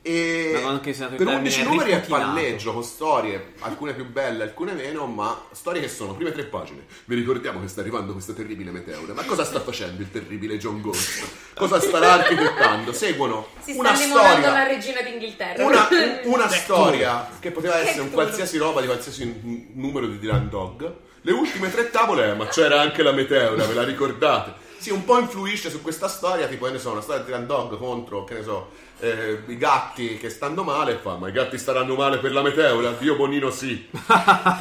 Speaker 2: E
Speaker 3: Mi hanno anche insegnato il
Speaker 2: per
Speaker 3: termine
Speaker 2: 11 numeri è
Speaker 3: ricucinato.
Speaker 2: palleggio con storie, alcune più belle, alcune meno, ma storie che sono prime tre pagine. Vi ricordiamo che sta arrivando questa terribile meteora. Ma cosa sta facendo il terribile John Ghost? Cosa starà architettando? Seguono
Speaker 4: Si sta
Speaker 2: una
Speaker 4: limonando la
Speaker 2: storia.
Speaker 4: regina d'Inghilterra.
Speaker 2: Una, una storia che poteva essere un qualsiasi roba di qualsiasi n- numero di Dylan Dog. Le ultime tre tavole, eh, ma c'era anche la meteora, ve la ricordate? Sì, un po' influisce su questa storia, tipo, che ne so, una storia di Dylan Dog contro, che ne so, eh, i gatti che stanno male, fa, ma i gatti staranno male per la meteora, Dio Bonino sì.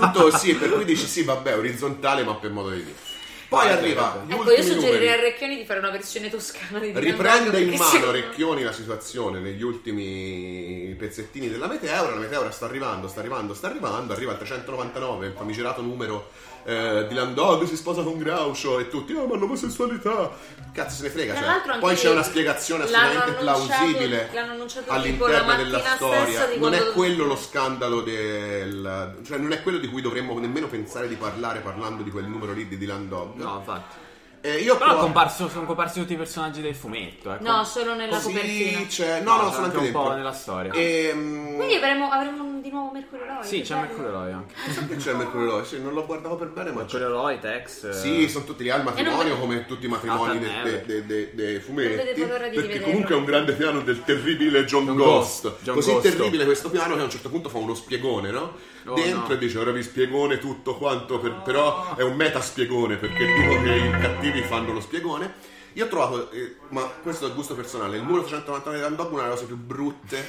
Speaker 2: Tutto così, per cui dici sì, vabbè, orizzontale, ma per modo di dire. Poi arriva gli
Speaker 4: Ecco, io
Speaker 2: ultimi
Speaker 4: suggerirei a
Speaker 2: numeri.
Speaker 4: Recchioni di fare una versione toscana di Dylan
Speaker 2: Riprende
Speaker 4: Dog,
Speaker 2: in
Speaker 4: perché
Speaker 2: mano
Speaker 4: secondo-
Speaker 2: Recchioni la situazione negli ultimi pezzettini della meteora. La meteora sta arrivando, sta arrivando, sta arrivando. Arriva al 399, il famigerato numero eh, di Landog si sposa con Groucho e tutti, oh ma l'omosessualità. Cazzo se ne frega.
Speaker 4: Tra
Speaker 2: cioè.
Speaker 4: l'altro anche
Speaker 2: Poi c'è una spiegazione
Speaker 4: l'hanno
Speaker 2: assolutamente
Speaker 4: annunciato-
Speaker 2: plausibile
Speaker 4: l'hanno annunciato tipo
Speaker 2: all'interno
Speaker 4: la
Speaker 2: della
Speaker 4: mattina
Speaker 2: storia.
Speaker 4: stessa di
Speaker 2: Non è
Speaker 4: quando-
Speaker 2: quello lo scandalo del... cioè non è quello di cui dovremmo nemmeno pensare di parlare parlando di quel numero lì di Dylan Dog.
Speaker 3: No, infatti.
Speaker 2: Eh, io ho
Speaker 3: Però è
Speaker 2: provato-
Speaker 3: comparso- sono comparsi tutti i personaggi del fumetto. ecco.
Speaker 4: No, solo nella
Speaker 2: Così
Speaker 4: copertina.
Speaker 2: c'è... No, no,
Speaker 3: c'è
Speaker 2: sono anche,
Speaker 3: un
Speaker 2: dentro.
Speaker 3: po' nella storia.
Speaker 2: Ehm,
Speaker 4: Quindi avremo, avremo un- di nuovo Mercurio Roy.
Speaker 3: Sì,
Speaker 4: che
Speaker 3: c'è
Speaker 4: bello.
Speaker 3: Mercurio Roy anche.
Speaker 2: sai che c'è Mercurio Roy? Sì, non lo guardavo per bene, ma c'è.
Speaker 3: Mercurio Roy, Tex. eh,
Speaker 2: Sì, sono tutti lì al
Speaker 4: E
Speaker 2: matrimonio
Speaker 4: non-
Speaker 2: come tutti i matrimoni dei
Speaker 3: Ah,
Speaker 2: de, de- de- de fumetti.
Speaker 4: Non vedevo l'ora di
Speaker 2: perché
Speaker 4: rivederlo.
Speaker 2: comunque è un grande piano del terribile John,
Speaker 3: John
Speaker 2: Ghost.
Speaker 3: Ghost, John
Speaker 2: Così
Speaker 3: Ghosto.
Speaker 2: terribile questo piano che a un certo punto fa uno spiegone, no?
Speaker 3: Oh,
Speaker 2: Dentro
Speaker 3: no.
Speaker 2: e dice ora vi spiegone tutto quanto, per- però è un meta spiegone perché dico che i cattivi fanno lo spiegone. Io ho trovato, eh, ma questo è gusto personale, il muro 399 di Dylan Dog è una delle cose più brutte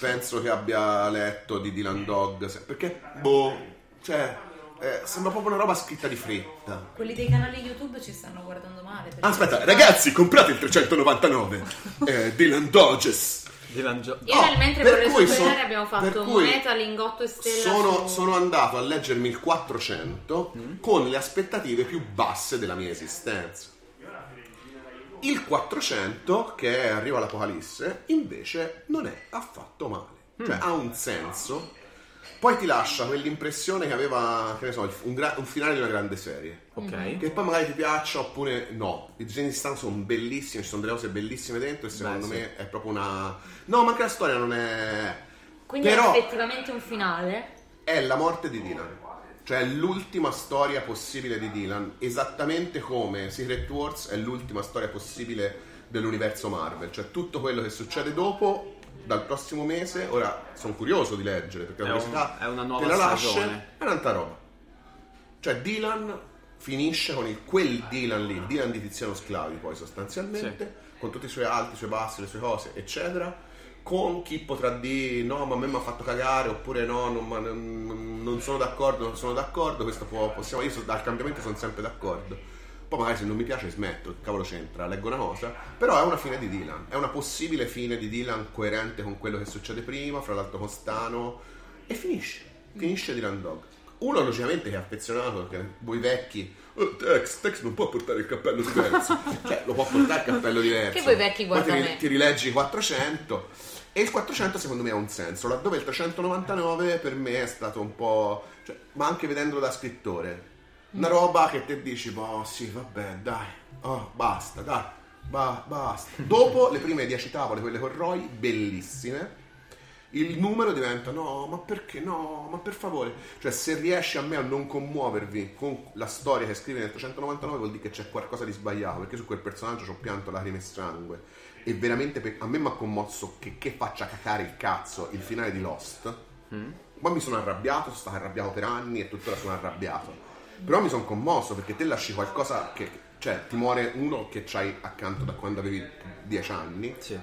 Speaker 2: penso che abbia letto di Dylan Dog, se- perché boh, cioè eh, sembra proprio una roba scritta di fretta.
Speaker 4: Quelli dei canali YouTube ci stanno guardando male. perché-
Speaker 2: Ah, Aspetta, ragazzi, comprate il 399 eh, Dylan Dodges.
Speaker 3: Dylan Jo-
Speaker 4: Io
Speaker 2: Ah, No,
Speaker 4: nel mentre
Speaker 2: per
Speaker 4: per le
Speaker 2: cui
Speaker 4: superare
Speaker 2: son-
Speaker 4: abbiamo
Speaker 2: per
Speaker 4: fatto
Speaker 2: cui
Speaker 4: moneta, lingotto e stella.
Speaker 2: Sono,
Speaker 4: su-
Speaker 2: sono andato a leggermi il 400 con le aspettative più basse della mia esistenza. Il 400, che è arriva all'Apocalisse, invece non è affatto male. Cioè, ha un senso. Poi ti lascia quell'impressione che aveva, che ne so, il- un, gra- un finale di una grande serie.
Speaker 3: Ok.
Speaker 2: Che poi magari ti piaccia oppure no. I disegni di stampa sono bellissimi, ci sono delle cose bellissime dentro e secondo
Speaker 3: Beh,
Speaker 2: me è proprio una... No, ma anche la storia non è...
Speaker 4: Quindi
Speaker 2: Però-
Speaker 4: è effettivamente un finale.
Speaker 2: È la morte di Dylan. Cioè è l'ultima storia possibile di Dylan, esattamente come Secret Wars è l'ultima storia possibile dell'universo Marvel. Cioè tutto quello che succede dopo, dal prossimo mese, ora sono curioso di leggere perché la
Speaker 3: È un-
Speaker 2: curiosità
Speaker 3: è una nuova
Speaker 2: te la lascia,
Speaker 3: stagione.
Speaker 2: è un'altra roba. Cioè Dylan finisce con il- quel Dylan lì, il Dylan di Tiziano Sclavi poi sostanzialmente, con tutti i suoi alti, i suoi bassi, le sue cose, eccetera, con chi potrà dire no ma a me mi ha fatto cagare oppure no non, ma- non- non sono d'accordo, non sono d'accordo, questo può, possiamo, io so- dal cambiamento sono sempre d'accordo. Poi magari se non mi piace smetto, che cavolo c'entra, leggo una cosa, però è una fine di Dylan, è una possibile fine di Dylan coerente con quello che succede prima, fra l'altro Costano, e finisce, finisce Dylan Dog. Uno logicamente che è affezionato, perché voi vecchi, "Oh, Tex, Tex non può portare il cappello diverso, cioè lo può portare il cappello diverso.
Speaker 4: Che voi vecchi
Speaker 2: Poi ti
Speaker 4: guarda
Speaker 2: ri-
Speaker 4: me.
Speaker 2: ti rileggi i 400 e il 400 secondo me ha un senso, laddove il 399 per me è stato un po'... cioè, ma anche vedendolo da scrittore,
Speaker 4: Mm.
Speaker 2: una roba che te dici, boh sì vabbè dai, oh, basta, dai, ba- basta. Dopo le prime 10 tavole, quelle con Roy, bellissime, il numero diventa no, ma perché no, ma per favore. Cioè, se riesci a me a non commuovervi con la storia che scrivi nel 399 vuol dire che c'è qualcosa di sbagliato, perché su quel personaggio ci ho pianto lacrime e sangue. E veramente per- a me mi ha commosso che, che faccia cacare il cazzo il finale di Lost. Poi mi sono arrabbiato, sono stato arrabbiato per anni e tuttora sono arrabbiato. Però mi sono commosso perché te lasci qualcosa che... Cioè, ti muore uno che c'hai accanto da quando avevi 10 anni.
Speaker 3: Sì.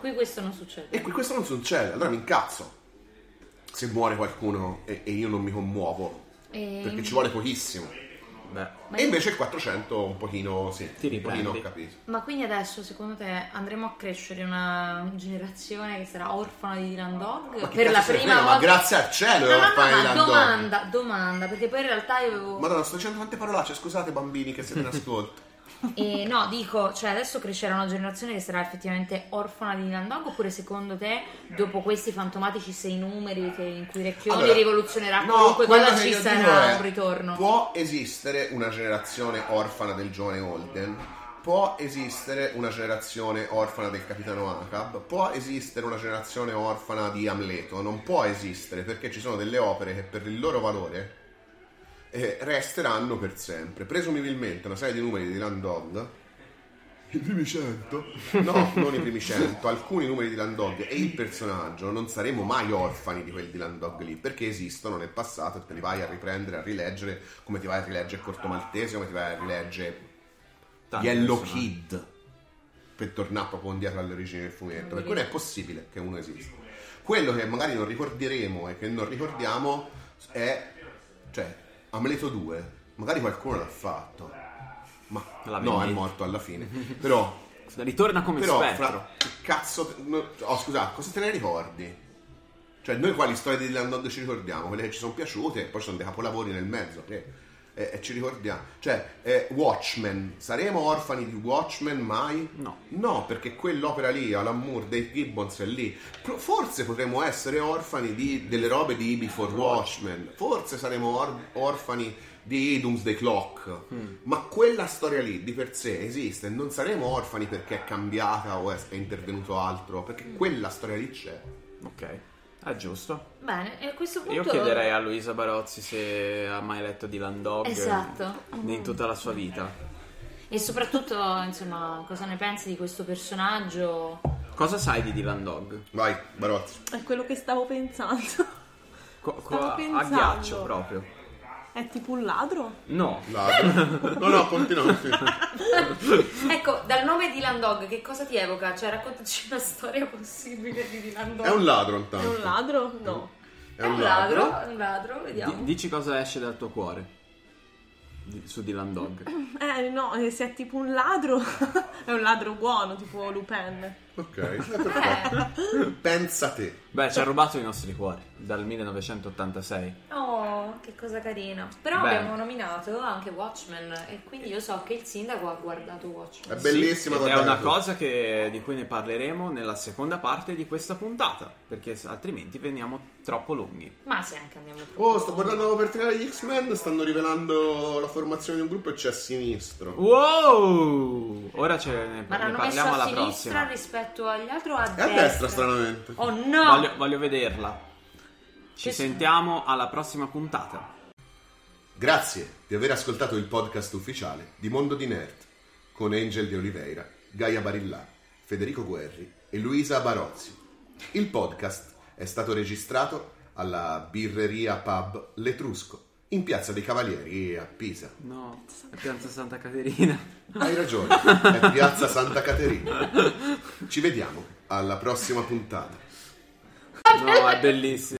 Speaker 4: Qui questo non succede.
Speaker 2: E qui questo non succede, allora mi incazzo. Se muore qualcuno e, e io non mi commuovo,
Speaker 4: E-
Speaker 2: perché ci vuole pochissimo.
Speaker 3: Beh,
Speaker 4: Ma
Speaker 2: E
Speaker 4: io-
Speaker 2: invece il 400 un pochino, sì,
Speaker 3: Ti
Speaker 2: un pochino ho
Speaker 3: riprendi.
Speaker 2: capito.
Speaker 4: Ma quindi adesso secondo te andremo a crescere una generazione che sarà orfana di Dylan Dog?
Speaker 2: Ma che
Speaker 4: per la
Speaker 2: cazzo se ne
Speaker 4: prima
Speaker 2: frega,
Speaker 4: volta.
Speaker 2: Ma grazie al cielo
Speaker 4: No, no,
Speaker 2: era
Speaker 4: no,
Speaker 2: orfana di
Speaker 4: ma
Speaker 2: Dylan Dog.
Speaker 4: domanda, domanda, perché poi in realtà io avevo.
Speaker 2: Madonna, sto dicendo tante parolacce, scusate bambini che siete in ascolto.
Speaker 4: Eh, no, dico, cioè adesso crescerà una generazione che sarà effettivamente orfana di Dylan Dog? Oppure secondo te, dopo questi fantomatici sei numeri che- in cui Recchioni
Speaker 2: Allora,
Speaker 4: rivoluzionerà
Speaker 2: no,
Speaker 4: comunque
Speaker 2: quello
Speaker 4: cosa
Speaker 2: che
Speaker 4: ci
Speaker 2: io
Speaker 4: sarà
Speaker 2: dico è,
Speaker 4: un ritorno?
Speaker 2: Può esistere una generazione orfana del giovane Holden? Può esistere una generazione orfana del capitano Acab? Può esistere una generazione orfana di Amleto? Non può esistere perché ci sono delle opere che per il loro valore eh, resteranno per sempre. Presumibilmente una serie di numeri di Dylan Dog. I primi 100? No, non i primi 100, alcuni numeri di Landog e il personaggio non saremo mai orfani di quelli di Landog lì perché esistono nel passato e te li vai a riprendere, a rileggere come ti vai a rileggere Corto Maltese, come ti vai a rileggere
Speaker 3: tanti
Speaker 2: Yellow
Speaker 3: personaggi.
Speaker 2: Kid per tornare proprio indietro alle origini del fumetto per cui non è possibile che uno esista quello che magari non ricorderemo e che non ricordiamo è cioè Amleto 2 magari qualcuno l'ha fatto ma
Speaker 3: La
Speaker 2: no è
Speaker 3: vendetta.
Speaker 2: morto alla fine però
Speaker 3: Ritorna come
Speaker 2: però
Speaker 3: spettro.
Speaker 2: fra- che cazzo no, oh scusa cosa te ne ricordi cioè noi quali storie di Dylan Dog ci ricordiamo quelle che ci sono piaciute poi ci sono dei capolavori nel mezzo che e, e ci ricordiamo cioè eh, Watchmen saremo orfani di Watchmen mai?
Speaker 3: No.
Speaker 2: no perché quell'opera lì Alan Moore Dave Gibbons è lì Pro- forse potremmo essere orfani di, delle robe di Before Watchmen forse saremo or- orfani di Doomsday Clock ma quella storia lì di per sé esiste non saremo orfani perché è cambiata o è, è intervenuto altro perché quella storia lì c'è
Speaker 3: Ok, è giusto.
Speaker 4: Bene, e a questo punto.
Speaker 3: Io chiederei a Luisa Barozzi se ha mai letto Dylan Dog
Speaker 4: Esatto.
Speaker 3: in tutta la sua vita.
Speaker 4: E soprattutto, insomma, cosa ne pensi di questo personaggio?
Speaker 3: Cosa sai di Dylan Dog?
Speaker 2: vai Barozzi
Speaker 5: È quello che stavo pensando.
Speaker 3: Co- co-
Speaker 5: Stavo
Speaker 3: a
Speaker 5: pensando.
Speaker 3: ghiaccio proprio.
Speaker 5: È tipo un ladro?
Speaker 3: No,
Speaker 2: Ladro. no no continua continua.
Speaker 4: Ecco, dal nome Dylan Dog, che cosa ti evoca? Cioè, raccontaci una storia possibile di Dylan Dog.
Speaker 2: è un ladro intanto
Speaker 5: È un ladro? No.
Speaker 4: È un ladro, è un ladro, vediamo.
Speaker 3: di- dici cosa esce dal tuo cuore di- su Dylan Dog.
Speaker 5: Eh no, eh, se è tipo un ladro, è un ladro buono, tipo Lupin.
Speaker 2: ok perfetto.
Speaker 4: Eh.
Speaker 2: pensa te
Speaker 3: Beh, ci ha rubato i nostri cuori dal 1986.
Speaker 4: Oh, che cosa carina. Però
Speaker 3: Bene.
Speaker 4: abbiamo nominato anche Watchmen e quindi io so che il sindaco ha guardato Watchmen.
Speaker 2: è bellissima
Speaker 3: Sì, ed è
Speaker 2: guardare
Speaker 3: una
Speaker 2: tu.
Speaker 3: cosa che- di cui ne parleremo nella seconda parte di questa puntata, perché s- altrimenti veniamo troppo lunghi.
Speaker 4: Ma se anche andiamo
Speaker 2: Oh, sto guardando la copertina degli X-Men, stanno rivelando la formazione di un gruppo e c'è a
Speaker 4: Uh,
Speaker 2: sinistro.
Speaker 3: Wow! Ora ce ne, ne
Speaker 4: Ma l'hanno messo
Speaker 3: parliamo
Speaker 4: a
Speaker 3: alla
Speaker 4: sinistra
Speaker 3: prossima.
Speaker 4: rispetto agli altri o a
Speaker 2: È
Speaker 4: destra?
Speaker 2: a destra, stranamente.
Speaker 4: eh. Oh no!
Speaker 2: Ah.
Speaker 3: Voglio, voglio vederla. Ci
Speaker 4: Che-
Speaker 3: sentiamo alla prossima puntata.
Speaker 2: Grazie di aver ascoltato il podcast ufficiale di Mondo di Nerd con Angel De Oliveira, Gaia Barillà, Federico Guerri e Luisa Barozzi. Il podcast è stato registrato alla birreria pub L'Etrusco in Piazza dei Cavalieri a Pisa.
Speaker 3: No, è Piazza Santa Caterina.
Speaker 2: Hai ragione, è Piazza Santa Caterina. Ci vediamo alla prossima puntata.
Speaker 3: No, è bellissimo.